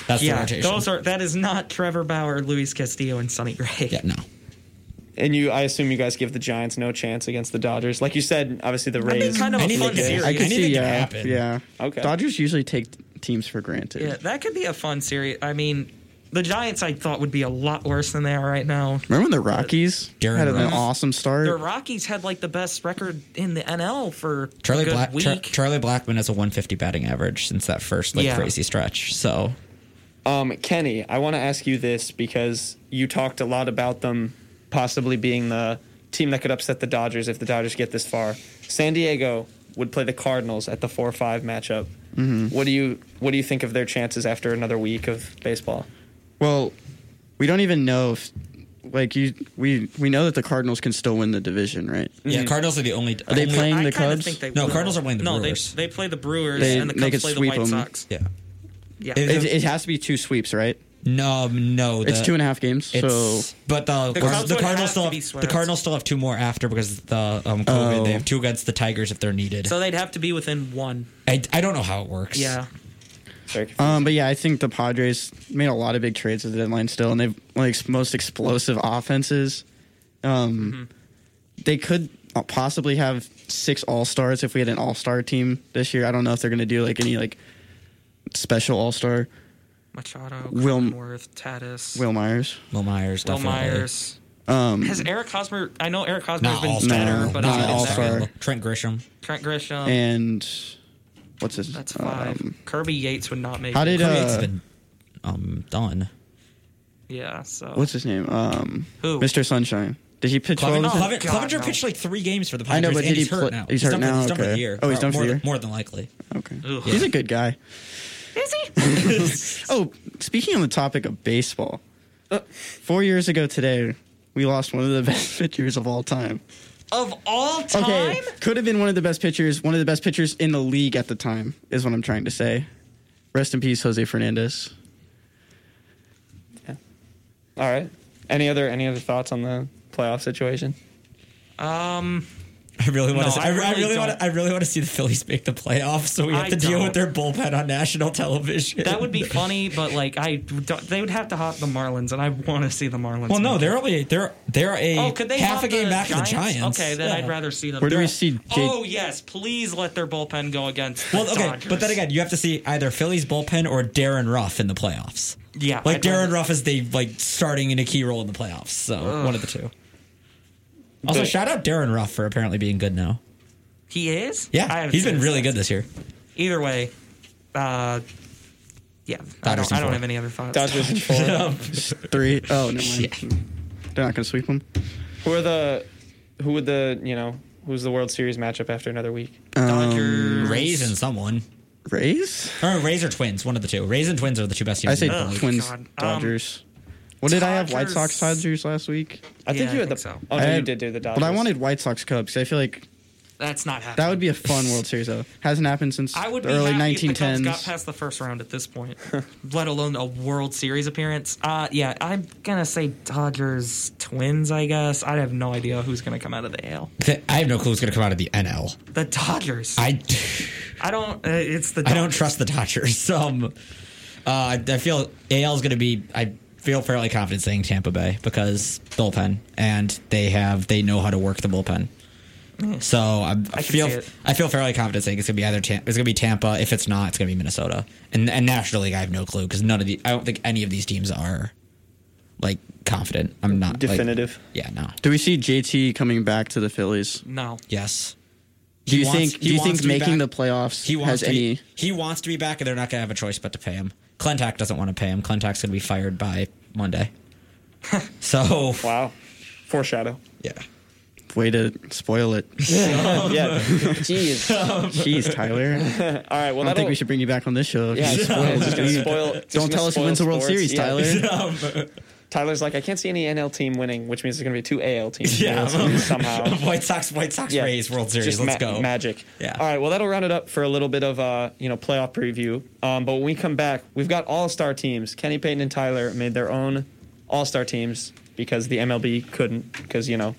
That's the
Yeah,
rotation.
those are that is not Trevor Bauer, Luis Castillo, and Sonny Gray.
yeah, no.
Oh,
And you, I assume you guys give the Giants no chance against the Dodgers. Like you said, obviously the
That'd be
Rays.
kind of a
Anything
fun
could-
series.
I could
Anything
see.
could
Yeah,
happen.
yeah.
Okay.
Dodgers usually take t- teams for granted.
yeah, that could be a fun series. I mean, the Giants I thought would be a lot worse than they are right now.
Remember when the Rockies
Darren
had an
Ruff.
awesome start?
The Rockies had like the best record in the NL for a
Charlie
good
Black.
week.
Char- Charlie Blackman has a 150 batting average since that first like
Yeah.
crazy stretch. So
Um, Kenny, I want to ask you this because you talked a lot about them possibly being the team that could upset the Dodgers if the Dodgers get this far. San Diego would play the Cardinals at the four-five matchup. What do you what do you think of their chances after another week of baseball?
Well, we don't even know if like you we we know that the Cardinals can still win the division, right?
yeah,
Mm-hmm.
Cardinals are the only.
Are they
only-
playing
I
the
kinda
Cubs?
think they
No,
will.
Cardinals are playing the
no,
Brewers.
They, they play the Brewers
They-
and the
they could
Cubs play the
sweep
White
them.
Sox.
Yeah.
Yeah,
Is
It, it has to be two sweeps, right?
No, no.
It's
the-
two and a half games. So
It's, but the, the,
Cardinals would have
Cardinals still
to
have,
be
the
swept.
Cardinals still have two more after because of the um, COVID.
Oh.
They have two against the Tigers if they're needed.
so they'd have to be within one.
I, I don't know how it works.
Yeah,
Very confusing.
Um, but yeah, I think the Padres made a lot of big trades at the deadline still, and they've like most explosive offenses. Um, They could uh, possibly have six All Stars if we had an All Star team this year. I don't know if they're going to do like any like special All Star.
Machado,
Will-
Cronenworth, Tatis,
Will Myers.
Will Myers,
Will
definitely.
Myers.
Um,
Has Eric Hosmer? I know Eric Hosmer has
Not all
been
star,
better,
No,
but
not
he's been
all-star.
better.
Trent Grisham.
Trent Grisham.
and what's his?
that's five.
um,
Kirby Yates would not make.
how
it.
did
Create's
uh,
been um, done.
Yeah. So
what's his name? Um,
Who?
Mr. Sunshine. Did he pitch
Clevenger,
well?
Oh,
this year?
Clevenger,
God,
Clevenger
no.
pitched like three games for the
I
Padres.
know, but
and
did he
he's hurt
play-
now.
he's hurt
done for-
now?
He's done for the
Okay.
year.
Oh, he's
Or
done for
more
the
than-
year?
More than likely.
Okay.
Ugh.
He's a good guy.
Is he?
Oh, speaking on the topic of baseball, four years ago today, we lost one of the best pitchers of all time.
of all time.
Okay, could have been one of the best pitchers, one of the best pitchers in the league at the time, is what I'm trying to say. Rest in peace, Jose Fernandez.
All right. Any other any other thoughts on the playoff situation?
Um.
I really want
No,
to.
I
I, I
really
really want.
don't.
to. I really want to see the Phillies make the playoffs, so we have
I
to deal
don't.
with their bullpen on national television.
That would be funny, but like I, don't- they would have to hop the Marlins, and I want to see the Marlins.
Well, no,
make it.
they're only they're they're a
Oh, could they
half
hop
a game
the
back
Giants?
of the Giants.
Okay, then
Yeah.
I'd rather see them.
Where do we
They're-
see Jake?
Oh yes, please let their bullpen go against.
Well,
the
okay, but then
Dodgers.
again, you have to see either Philly's bullpen or Darren Ruff in the playoffs.
yeah,
Like
I'd
Darren
rather-
Ruff is the like starting in a key role in the playoffs, so one of the two. Also,
The-
shout out Darren Ruff for apparently being good now.
He is. I
Yeah,
haven't
he's
seen
been
his
really
stats.
good this year.
Either way, uh, yeah, I
Dodgers
don't,
in
I don't
four.
have any other thoughts.
Dodgers and Florida.
Three. Oh, no. They're not going to sweep him.
Who are the who would the you know who's the World Series matchup after another week?
Um,
Dodgers.
Rays and someone,
Rays?
or Rays or Twins, one of the two. Rays and Twins are the two best teams.
I say
in the league.
Twins,
God. Um,
Dodgers. What did I have? White
Dodgers-
Sox, Dodgers last week?
I think
Yeah,
you
I
had the.
think so.
Oh no,
I
you
had-
did do the Dodgers.
But I wanted White Sox Cubs 'cause I feel like
That's not happening.
that would be a fun World Series, though. Hasn't happened since
I would
the
be
early
happy if the
1910s.
Cubs got past the first round at this point, let alone a World Series appearance. Uh, yeah, I'm gonna say Dodgers, Twins. I guess I have no idea who's gonna come out of the AL.
I have no clue who's going to come out of the NL.
The Dodgers. I,
I
don't. Uh, it's the.
I
Dodgers.
don't trust the Dodgers. Um, uh, I I feel AL is going to be. I feel fairly confident saying Tampa Bay because bullpen, and they have they know how to work the bullpen. So I'm,
Mm.
I,
I can
feel
see it.
I feel fairly confident saying it's going to be either Tam- it's going to be Tampa. If it's not, it's going to be Minnesota. And and National League, I have no clue because none of the I don't think any of these teams are like confident. I'm not like-
definitive.
yeah, no.
Do we see JT coming back to the Phillies?
No.
Yes.
Do
He
you
wants-
think?
he
Do you
wants
think
to be
making the
back.
playoffs
He wants
has
to
any?
Be, he wants to be back, and they're not going to have a choice but to pay him. Clentak doesn't want to pay him. Clentak's going to be fired by Monday. so
Wow, foreshadow.
yeah,
Way to spoil it.
yeah. Jeez.
Jeez, Tyler. I
All right. Well,
don't think we should bring you back on this show.
Yeah,
You
it's
spoiled
just gonna
it.
spoil. just
Don't
gonna
tell us who
spoil
wins the World
sports.
Series,
Yeah.
Tyler.
Tyler's like, I can't see any NL team winning, which means there's going to be two AL teams.
yeah.
somehow.
White Sox, White Sox
Yeah.
Rays World Series.
Just
Let's
ma-
go.
Magic.
Yeah.
All right. Well, that'll round it up for a little bit of uh, you know playoff preview. Um, but when we come back, we've got all star teams. Kenny Payton and Tyler made their own all star teams because the MLB couldn't because you know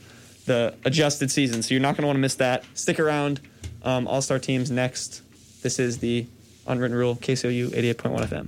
the adjusted season. So you're not going to want to miss that. Stick around. Um, all star teams next. This is the unwritten rule. KCOU 88.1 FM.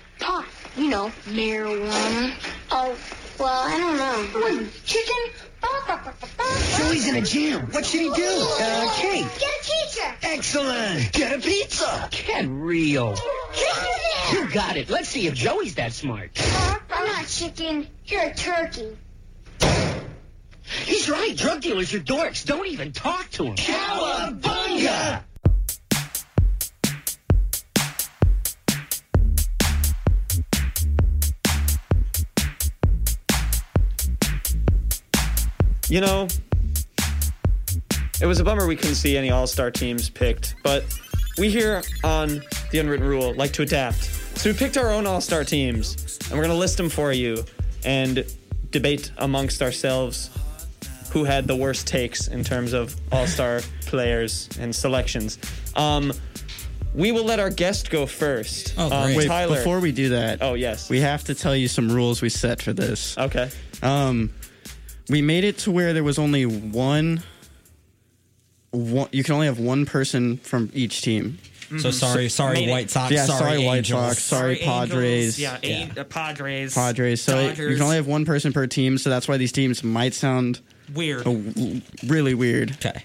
Pot. You know, marijuana. Oh, well, I don't know. What, chicken? Joey's in a jam. What should he do? Uh, cake. Get a teacher.
Excellent! Get a pizza! Get real! You got it. Let's see if Joey's that smart.
I'm not chicken. You're a turkey.
He's right. Drug dealers are dorks. Don't even talk to him. Cowabunga!
you know, it was a bummer we couldn't see any All Star teams picked, but we here on The Unwritten Rule like to adapt So we picked our own all star teams, and we're going to list them for you and debate amongst ourselves who had the worst takes in terms of all star players and selections. Um, we will let our guest go first.
Oh,
Um,
great.
Wait,
Tyler.
before we do that,
oh, yes.
we have to tell you some rules we set for this.
okay.
Um, we made it to where there was only one. One, you can only have one person from each team.
So sorry, sorry,
Made it.
White Sox.
Yeah,
sorry,
sorry, White
Angels.
Sox, sorry,
Angels,
Padres.
yeah, An- uh, Padres.
Padres. So
Dodgers.
you can only have one person per team. So that's why these teams might sound
weird.
uh, w- really weird.
Okay.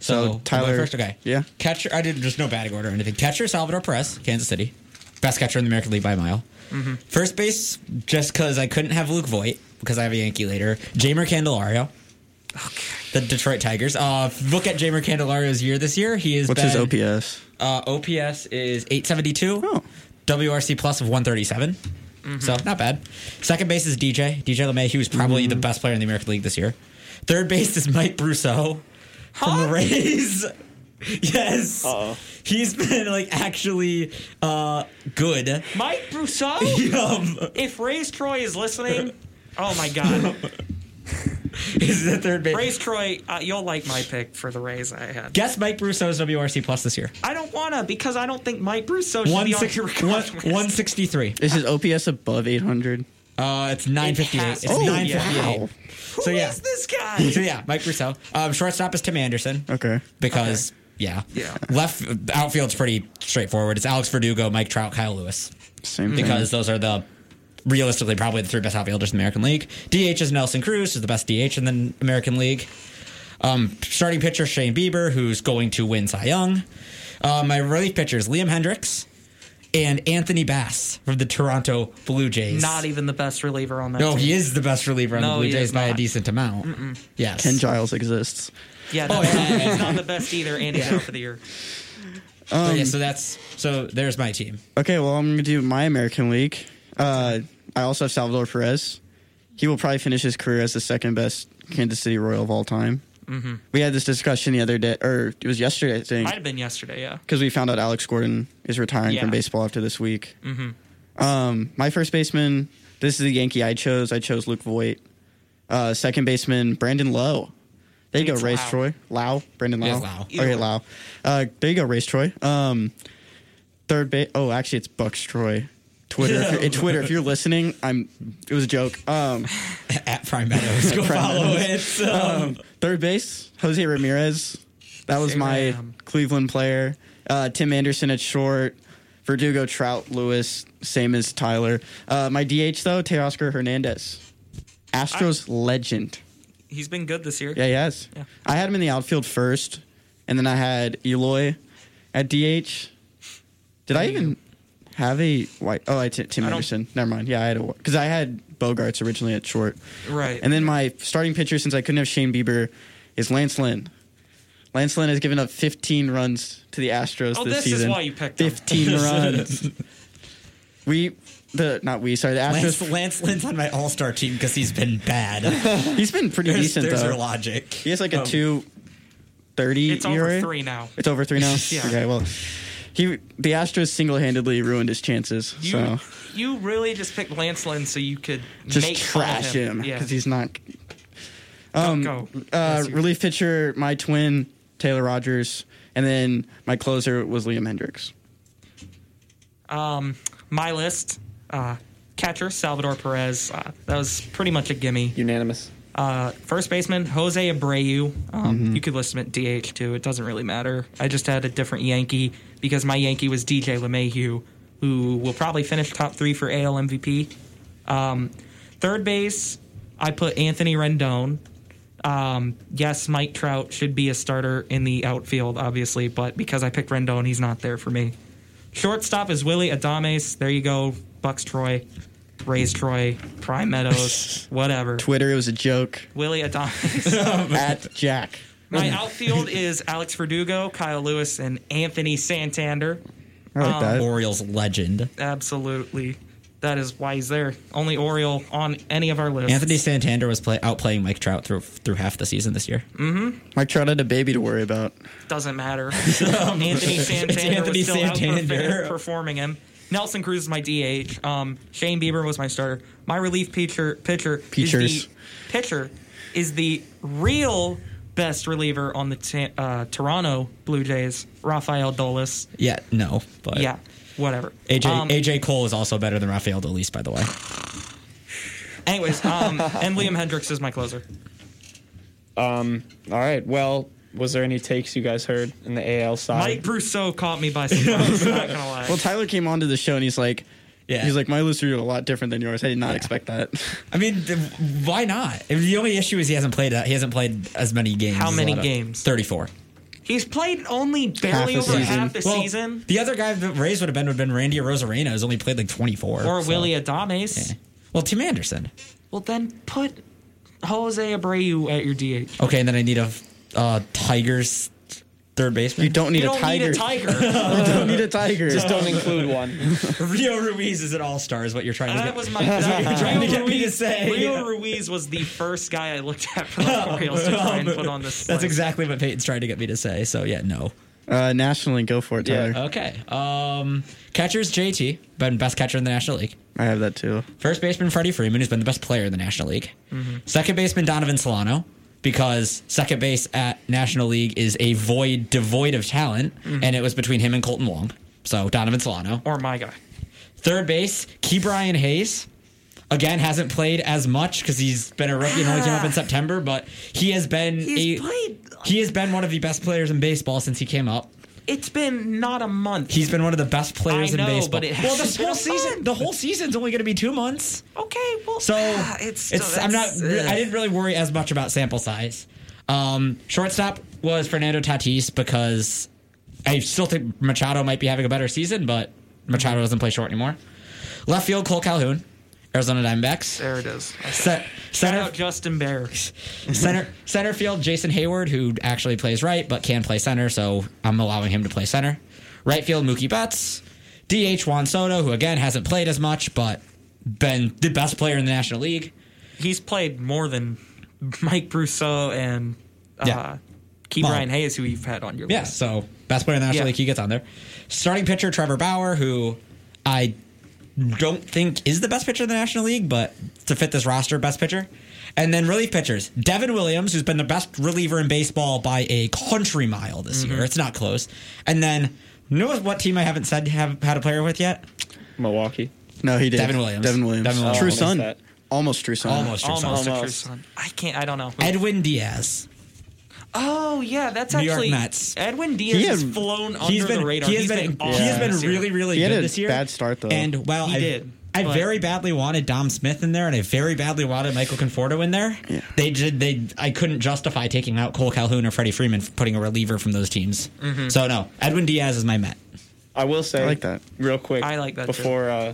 So,
So,
Tyler-
Tyler first. Okay.
Yeah.
Catcher. I didn't just no batting order or anything. Catcher Salvador Perez, Kansas City, best catcher in the American League by a mile.
Mm-hmm.
First base, just because I couldn't have Luke Voigt because I have a Yankee later. Jamer Candelario. The Detroit Tigers. Uh, look at Jamer Candelario's year this year. He is
What's his OPS?
Uh, OPS is 872.
Oh.
WRC plus of 137.
Mm-hmm.
So not bad. Second base is DJ. DJ LeMay, he was probably
Mm-hmm.
the best player in the American League this year. Third base is Mike Brousseau from the Rays. yes.
Uh-oh.
He's been like actually uh, good.
Mike Brousseau.
Um,
If Ray's Troy is listening, oh my God,
is the third base.
Ray's Troy, uh, you'll like my pick for the Rays I had.
Guess Mike Brousseau's WRC plus this year.
I don't wanna because I don't think Mike Brousseau should
One
be on
six-
your
one-
request list.
163.
Is his OPS above 800?
Uh, it's 958.
has
it's
to be, yeah.
958.
Wow.
Who
so, yeah.
is this guy?
So yeah, Mike Brousseau. Um, shortstop is Tim Anderson.
Okay.
Because yeah,
Yeah.
Left outfield's pretty straightforward. It's Alex Verdugo, Mike Trout, Kyle Lewis.
Mm-hmm.
Same thing.
Because those are the realistically probably the three best outfielders in the American League. DH is Nelson Cruz, who's the best DH in the American League. Um, starting pitcher Shane Bieber, who's going to win Cy Young. Uh, my relief pitchers Liam Hendricks and Anthony Bass from the Toronto Blue Jays.
Not even the best reliever on that.
no,
team.
he is the best reliever on
No,
the Blue
he
Jays
is
by a
not.
decent amount. Yes,
Ken Giles exists.
Yeah,
Oh,
that's-
yeah, yeah,
he's not the best either, and he's out for the year.
So, yeah, so that's so. There's my team.
Okay, well, I'm going to do my American League. Uh, I also have Salvador Perez. He will probably finish his career as the second best Kansas City Royal of all time. We had this discussion the other day, or it was yesterday, I think,
Might have been yesterday. Yeah.
because we found out Alex Gordon is retiring
Yeah. Mm-hmm.
from baseball after this week. Um, my first baseman, this is the Yankee I chose. I chose Luke Voigt. Uh, second baseman, Brandon Lowe. There you go,
It's
Race
Lau.
Troy. Lau. Brandon Lau.
Yeah, it's Lau.
Okay, Lau. Uh, there you go, Race Troy. Um, third base. Oh, actually, it's Bucks Troy. Twitter. If you're, eh, Twitter, if you're listening, I'm. It was a joke. Um,
At Prime Meadows, go
Prime
follow it. Um,
third base, Jose Ramirez. That was my
Damn.
Cleveland player. Uh, Tim Anderson at short. Verdugo, Trout, Lewis, same as Tyler. Uh, my DH though, Teoscar Hernandez, Astros legend.
He's been good this year.
Yeah, he has.
Yeah.
I had him in the outfield first, and then I had Eloy at DH. Did I even have a white? Oh, I t- Tim
I don't-
Anderson. Never mind. Yeah, I had a because I had Bogarts originally at short.
Right.
And then my starting pitcher, since I couldn't have Shane Bieber, is Lance Lynn. Lance Lynn has given up 15 runs to the Astros
Oh,
this,
this is
season.
why you picked him.
15 runs. We the not we sorry the
Lance,
Astros.
Lance Lynn's on my All Star team because he's been bad.
He's been pretty
there's
decent
there's
though.
your logic.
He has like a
Um,
two thirty.
it's over
ERA?
three now.
It's over three now.
Yeah.
Okay, well, he the Astros single handedly ruined his chances.
You,
so
you really just picked Lance Lynn so you could
just
make fun of
trash him
Yeah.
because he's not.
um, go.
Uh,
That's your-
relief pitcher, my twin Taylor Rogers, and then my closer was Liam Hendricks.
Um, my list: uh, catcher Salvador Perez. Uh, that was pretty much a gimme.
Unanimous.
Uh, first baseman Jose Abreu. Um, You could list him at DH too. It doesn't really matter. I just had a different Yankee because my Yankee was DJ LeMahieu, who will probably finish top three for AL MVP. Um, third base, I put Anthony Rendon. Um, yes, Mike Trout should be a starter in the outfield, obviously, but because I picked Rendon, he's not there for me. Shortstop is Willie Adames. There you go, Bucks Troy, Rays Troy, Prime Meadows, whatever.
Twitter, it was a joke.
Willie Adames.
At Jack,
My outfield is Alex Verdugo, Kyle Lewis, and Anthony Santander.
I like that.
Orioles legend
Absolutely. That is why he's there. Only Oriole on any of our lists.
Anthony Santander was play, outplaying Mike Trout through through half the season this year.
Mike Trout had a baby to worry about.
doesn't matter. Anthony Santander
Anthony
was still out
Santander.
performing him. Nelson Cruz is my DH. Um, Shane Bieber was my starter. My relief pitcher pitcher is
Peachers.
the pitcher is the real best reliever on the ta- uh, Toronto Blue Jays, Rafael Dolis.
Yeah, no, but
Yeah, whatever.
AJ
Um,
AJ Cole is also better than Rafael Delis, by the way.
Anyways, um, and Liam Hendricks is my closer.
All right. Well, was there any takes you guys heard in the AL
Mike
side?
Brousseau caught me by surprise. not gonna lie.
Well, Tyler came onto the show and he's like,
Yeah.
he's like, my lists are a lot different than yours. I did not expect that.
I mean, th- why not? I mean, the only issue is he hasn't played. uh, He hasn't played as many games.
How
as a
many
lot of-
games?
Thirty-four.
He's played only barely
Half a
over
season.
half the
Well,
season.
The other guy the Rays would have been would have been Randy Rosarena, who's only played like twenty-four.
Or
so-
Willie Adames.
Yeah. Well, Tim Anderson.
Well, then put Jose Abreu at your DH.
Okay, and then I need a uh, Tigers third baseman.
You don't need
You
a
don't
tiger.
need a tiger.
you don't need a tiger.
Just don't include one.
Rio Ruiz is an all-star, is what you're trying to
that
get.
was my.
you're trying to get me to say.
Rio Ruiz was the first guy I looked at for the Orioles to try and put on this.
Oh, That's exactly what Peyton's trying to get me to say. So yeah, no.
Uh, nationally, go for it, Tyler.
Okay. Um, catcher's JT, been best catcher in the National League.
I have that too.
First baseman Freddie Freeman, who's been the best player in the National League.
Mm-hmm.
Second baseman Donovan Solano, because second base at National League is a void devoid of talent,
Mm-hmm.
and it was between him and Colton Wong. So Donovan Solano.
Or my guy.
Third base Key Brian Hayes. Again, hasn't played as much because he's been a rookie and only came up in September, but he has been
He's
a,
played.
he has been one of the best players in baseball since he came up.
It's been not a month.
He's been one of the best players
I know,
in baseball.
but it
well,
hasn't
this
been
whole
a
season,
month.
the whole season's only going to be two months.
okay. Well, ah,
So
it's. eh,
it's, I'm not. re- I didn't really worry as much about sample size. Um, shortstop was Fernando Tatis because I still think Machado might be having a better season, but Machado doesn't play short anymore. Left field Cole Calhoun, Arizona Diamondbacks.
There it is.
Se-
Shout
center
out Justin Bear.
center center field Jason Hayward, who actually plays right but can play center, so I'm allowing him to play center. Right field Mookie Betts, DH Juan Soto, who again hasn't played as much but been the best player in the National League.
He's played more than Mike Brousseau and uh,
Yeah.
Key
Well-
Brian Hayes, who you've had on your
Yeah,
list.
so best player in the National
Yeah.
League, he gets on there. Starting pitcher Trevor Bauer, who I don't think is the best pitcher in the National League, but to fit this roster, best pitcher. And then relief pitchers Devin Williams, who's been the best reliever in baseball by a country mile this
Mm-hmm.
year. It's not close. And then, you know what team I haven't said have had a player with yet?
Milwaukee.
No, he did.
Devin Williams.
Devin Williams.
Devin Williams.
Oh,
True
I missed
son.
that.
Almost true son.
Almost. True
Uh, Almost, a true
Almost.
son. I can't. I don't know.
Edwin Diaz.
Oh yeah, that's
New York
actually
Mets.
Edwin Diaz
He
has
had-
flown under
He's been
the radar.
He has been, he has
awesome
been
this year.
really really
He had
good
a
this year.
bad start, though.
And well,
He
I
did,
I
but-
very badly wanted Dom Smith in there, and I very badly wanted Michael Conforto in there. They did. They I couldn't justify taking out Cole Calhoun or Freddie Freeman for putting a reliever from those teams.
Mm-hmm.
So no, Edwin Diaz is my Met.
I will say,
I like that.
real quick.
I like that, too.
Before uh,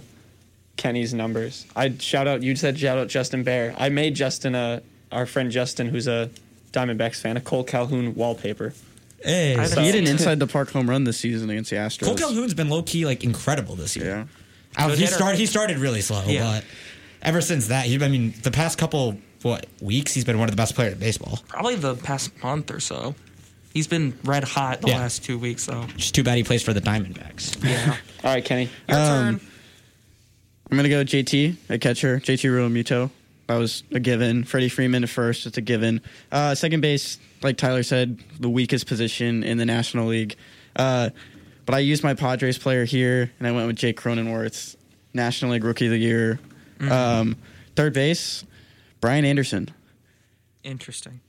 Kenny's numbers, I shout out. You said shout out Justin Bear. I made Justin uh, our friend Justin, who's a Diamondbacks fan, a Cole Calhoun wallpaper.
Hey,
I
so-
haven't
He had an
seen-
inside the park home run this season against the Astros.
Cole Calhoun's been low key like incredible this year.
Yeah.
I was-
Good
he
hitter.
started. He started really slow,
Yeah.
but ever since that, he, I mean, the past couple what weeks, he's been one of the best players in baseball.
probably the past month or so. He's been red hot the
Yeah.
last two weeks. So
Just too bad he plays for the Diamondbacks.
yeah,
All right, Kenny.
your
Um,
turn.
I'm gonna go JT, a catcher. JT Realmuto. That was a given. Freddie Freeman at first, it's a given. Uh, second base, like Tyler said, the weakest position in the National League. Uh, but I used my Padres player here, and I went with Jake Cronenworth, National League Rookie of the Year. Um, third base, Brian Anderson.
Interesting.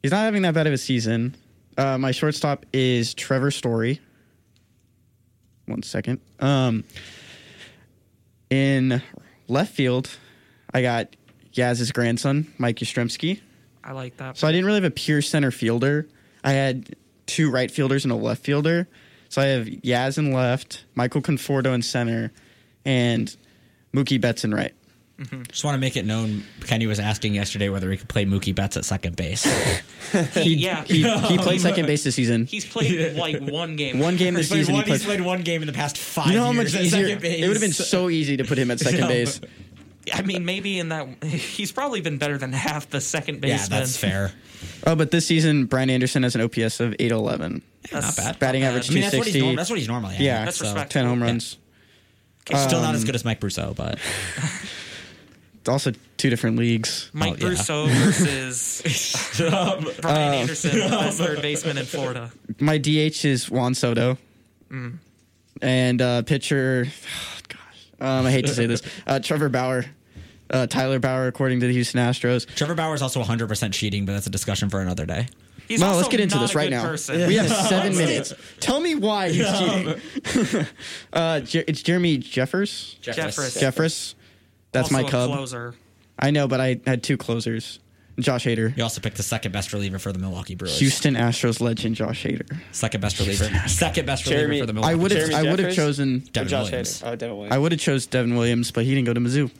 He's not having that bad of a season. Uh, my shortstop is Trevor Story. One second. Um, in left field, I got Yaz's grandson, Mike Yastrzemski.
I like that.
So I didn't really have a pure center fielder. I had two right fielders and a left fielder. So I have Yaz in left, Michael Conforto in center, and Mookie Betts in right.
Just want to make it known. Kenny was asking yesterday whether he could play Mookie Betts at second base.
he, yeah,
He, he played second base this season.
he's played like one game.
One game this
He's played
season.
one,
he
he's
played
played one game in the past five.
You know how much
years at
easier it
second base.
would have been so easy to put him at second
No.
base.
I mean, maybe in that he's probably been better than half the second
Yeah,
baseman.
that's fair.
Oh, but this season Brian Anderson has an OPS of 811,
That's
Not bad.
batting
bad.
average
I mean, that's what he's
260.
norm- that's what he's normally. at.
yeah, Um,
That's
so
respectable.
10 home runs.
Still not as good as Mike Brousseau, but
also two different leagues.
Mike
Oh, yeah.
Brousseau versus um,
Uh,
Brian Anderson, best third baseman in Florida.
My DH is Juan Soto,
Mm.
and uh, pitcher. gosh, um, I hate to say this, uh, Trevor Bauer, uh, Tyler Bauer, according to the Houston Astros.
Trevor Bauer is also 100% cheating, but that's a discussion for another day.
He's
Well,
also
let's get into
not
this
a
right
good
now.
person.
We have seven minutes. Tell me why he's cheating. uh, Jer- it's Jeremy Jeffers.
Jeffress.
Jeffers. That's
Also
my
a
cub.
Closer.
I know, but I had two closers. Josh Hader.
You also picked the second best reliever for the Milwaukee Brewers.
Houston Astros legend Josh Hader.
Second best reliever. Second best reliever
Jeremy-
for the Milwaukee
I would have
Brewers.
Jeremy
I would have
Jeffers?
chosen
Or
Devin
Josh
Williams.
Hader. Oh, Devin Williams.
I would have chose Devin Williams, but he didn't go to Mizzou.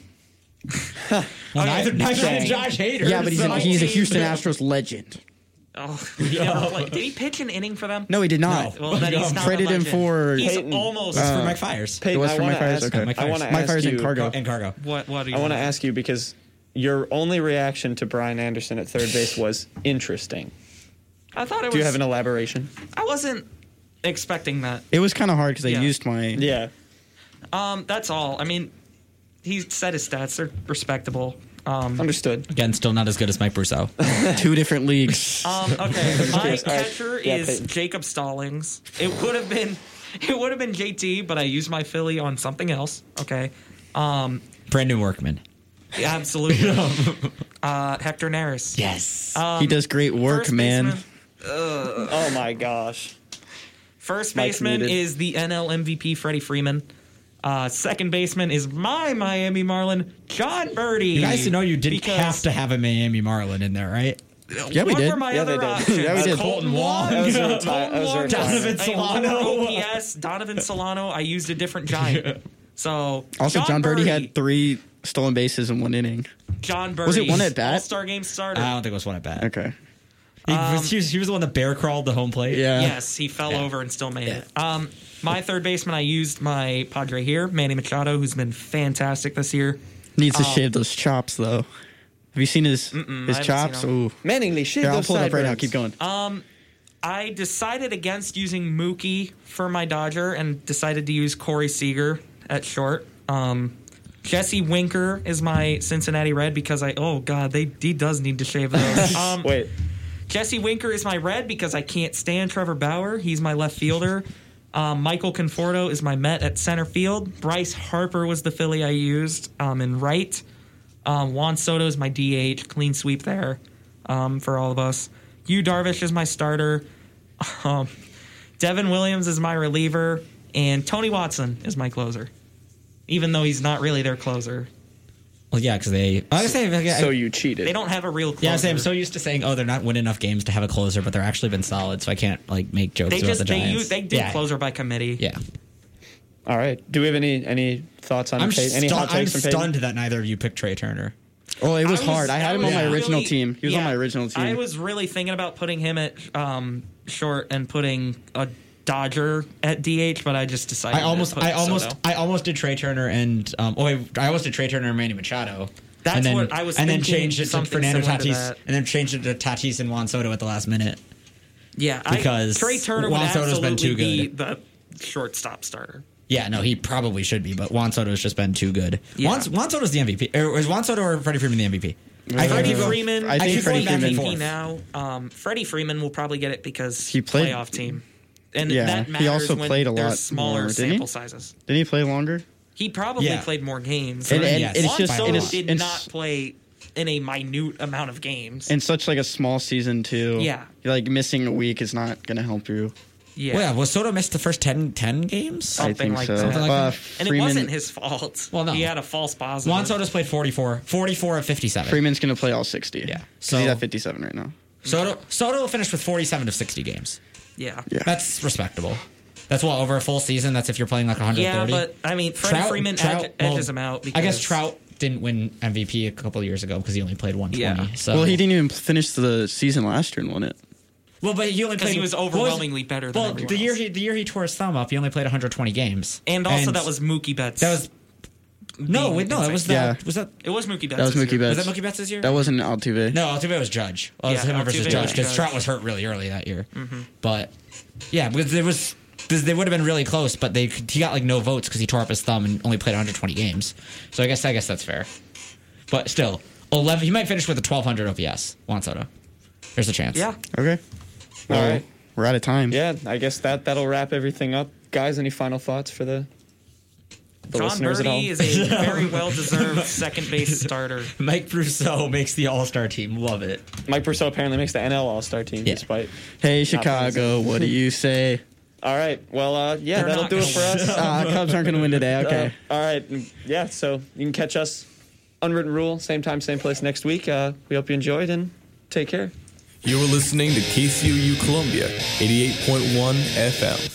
Well, neither, neither
Dang.
did Josh Hader.
Yeah, but he's,
so-
an, he's a Houston Astros legend.
Oh, he never played. Did he pitch an inning for them?
No, he did not.
Well, then he's not
Traded
a
him
legend.
for- Uh,
He's
Peyton.
almost.
for Mike Fires.
It
Peyton,
was
I
for
want
my
to
fires.
ask,
Okay.
Mike
I wanna
Fires.
My
ask
fires
you,
in cargo.
and Cargo.
what? What? Do you
I want to
want?
ask you because your only reaction to Brian Anderson at third base was interesting.
I thought it was.
Do you have an elaboration?
I wasn't expecting that.
It was kind of hard because I
Yeah.
used my.
Yeah.
Um, that's all. I mean, he said his stats. They're respectable. Um,
Understood.
Again, still not as good as Mike Brousseau.
two different leagues.
Um, okay, my
curious. All right.
catcher
Yeah,
is
Peyton.
Jacob Stallings. It would have been, it would have been JT, but I used my Philly on something else. Okay, um,
Brandon Workman.
absolutely. uh, Hector Neris.
Yes.
he does great work,
First
man.
baseman-
Oh my gosh.
First
Mike's
baseman
muted.
is the NL MVP Freddie Freeman. Uh, second baseman is my Miami Marlin John Birdie.
you guys know you didn't
because-
have to have a Miami Marlin in there, right?
Yeah, we
What
did.
were my
Yeah, they
other
did.
options?
Yeah, we did.
Colton Wong.
That was a reti- that was a
Colton
retirement.
Donovan
Wong.
Solano.
Hey, lower OPS, Donovan Solano. I used a different giant. So
Also, John, Birdie, had three stolen bases in one inning.
John Birdie.
Was it one at bat? Oh,
All Star game starter.
I don't think it was one at bat.
Okay.
He,
Um,
was, he was- he was the one that bear crawled the home plate.
Yeah.
yes, he fell
Yeah.
over and still made
Yeah.
it. Um, my third baseman. I used my Padre here, Manny Machado, who's been fantastic this year.
Needs to shave those chops though. Have you seen his
I
his
haven't seen
chops?
him.
Ooh.
Manningly, shave
Here, I'll
those
pull it up right now.
sideburns.
Keep going.
I decided against using Mookie for my Dodger and decided to use Corey Seager at short. Um, Jesse Winker is my Cincinnati Red because I oh god they he does need to shave those. Um,
Wait.
Jesse Winker is my Red because I can't stand Trevor Bauer. He's my left fielder. Um, Michael Conforto is my Met at center field. Bryce Harper was the Philly I used um, in right. Um, Juan Soto is my DH. Clean sweep there um, for all of us. Yu Darvish is my starter. Um, Devin Williams is my reliever, and Tony Watson is my closer. Even though he's not really their closer,
Well, yeah, because they. I was saying, I-
So Oh, you cheated.
they don't have a real closer.
yeah, I was saying, I'm so used to saying, "Oh, they're not winning enough games to have a closer," but they're actually been solid, so I can't like make jokes
they
about
just
the
they
Giants.
use, they do
yeah.
closer by committee.
Yeah,
All right. Do we have any any thoughts on
I'm,
Peyton? Any
stu-
hot
I'm
takes from Peyton?
stunned that neither of you picked Trey Turner.
oh, it was,
I
hard. I had him
was
on my
really-
original team. He was on
yeah,
my original team.
I was really thinking about putting him at um, short and putting a Dodger at DH, but I just decided.
I almost,
to put
I almost,
Soto.
I almost did Trey Turner and um, oh, I, I almost did Trey Turner and Manny Machado.
That's
and then,
what I was
and then
thinking,
changed it to
something
Fernando
similar to
Tatis,
that.
and then changed it to Tatis and Juan Soto at the last minute.
yeah,
because
I, Trey Turner
Juan
would
Soto's been
absolutely be
too
the shortstop starter.
Yeah, no, he probably should be, but Juan Soto's just been too good.
Yeah.
Juan, Juan Soto's the MVP. Or is Juan Soto or Freddie Freeman the MVP? I keep
Freddie
going-
Freeman,
I think
keep
Freddie
going back and
Freeman-
forth.
MVP now. Um, Freddie Freeman will probably get it because
He played-
playoff team, and
Yeah,
that
he
matters
also
when
played a
there's
lot
smaller
more, didn't he?
sample sizes.
Didn't he play longer?
He probably
Yeah.
played more games.
And-
than-
and
Yes,
it's
Juan
just
by a
Soto
and it's,
did
and
not
s-
play in a minute amount of games.
in such like a small season too.
Yeah.
like missing a week is not gonna help you.
yeah. Oh.
Well, yeah, was Soto missed the first 10, 10 games?
I
Something
think
like
so.
that. Something
like
Uh,
that.
And
Freeman,
it wasn't his fault.
Well, no.
He had a false positive.
Juan Soto's played 44, 44 of 57.
Freeman's gonna play all sixty.
Yeah.
'Cause
So-
he's at fifty-seven right now.
Soto, Soto finished with 47 of 60 games.
Yeah.
Yeah.
That's respectable. That's what, over a full season? That's if you're playing like 130?
Yeah, but I mean, Freddie Freeman edge, edges
well,
him out. Because
I guess Trout didn't win MVP a couple of years ago because he only played 120.
Yeah.
So.
Well, he didn't even finish the season last year and won it.
Well, but he only
'Cause
played.
he was
what
overwhelmingly better than
Well,
everyone
the year
else.
he the year he tore his thumb up, he only played 120 games.
And also, that was Mookie Betts.
that was no, wait, no, that was
Yeah.
that was that
It was Mookie Betts.
That was
this
Mookie
year.
was
Betts.
that Mookie Betts this year?
That wasn't Altuve.
no, Altuve was Judge. Well, it was
Yeah,
him versus
Altuve
Judge
was Mm-hmm.
because
Judge.
Trout was hurt really early that year. But yeah, because there was This, they would have been really close, but they he got like no votes because he tore up his thumb and only played 120 games. So I guess I guess that's fair. But still, 11. He might finish with a 1200 OPS. Juan Soto. There's a chance.
Yeah.
Okay.
All
Well,
right.
We're out of time.
Yeah, I guess that that'll wrap everything up, guys. Any final thoughts for the the
John
listeners at all?
Birdie is a very well deserved second base starter.
Mike Brousseau makes the All Star team. Love it.
Mike Purcell apparently makes the NL All Star team,
Yeah.
despite.
Hey, Chicago, what do you say?
All right. Well, uh, yeah,
They're
that'll
not
do it
gonna
for us.
Ah, Cubs aren't going to win today. Okay.
Uh, all right. mm, Yeah. So you can catch us, unwritten rule, same time, same place next week. Uh, we hope you enjoyed and take care.
You are listening to KCOU Columbia, 88.1 FM.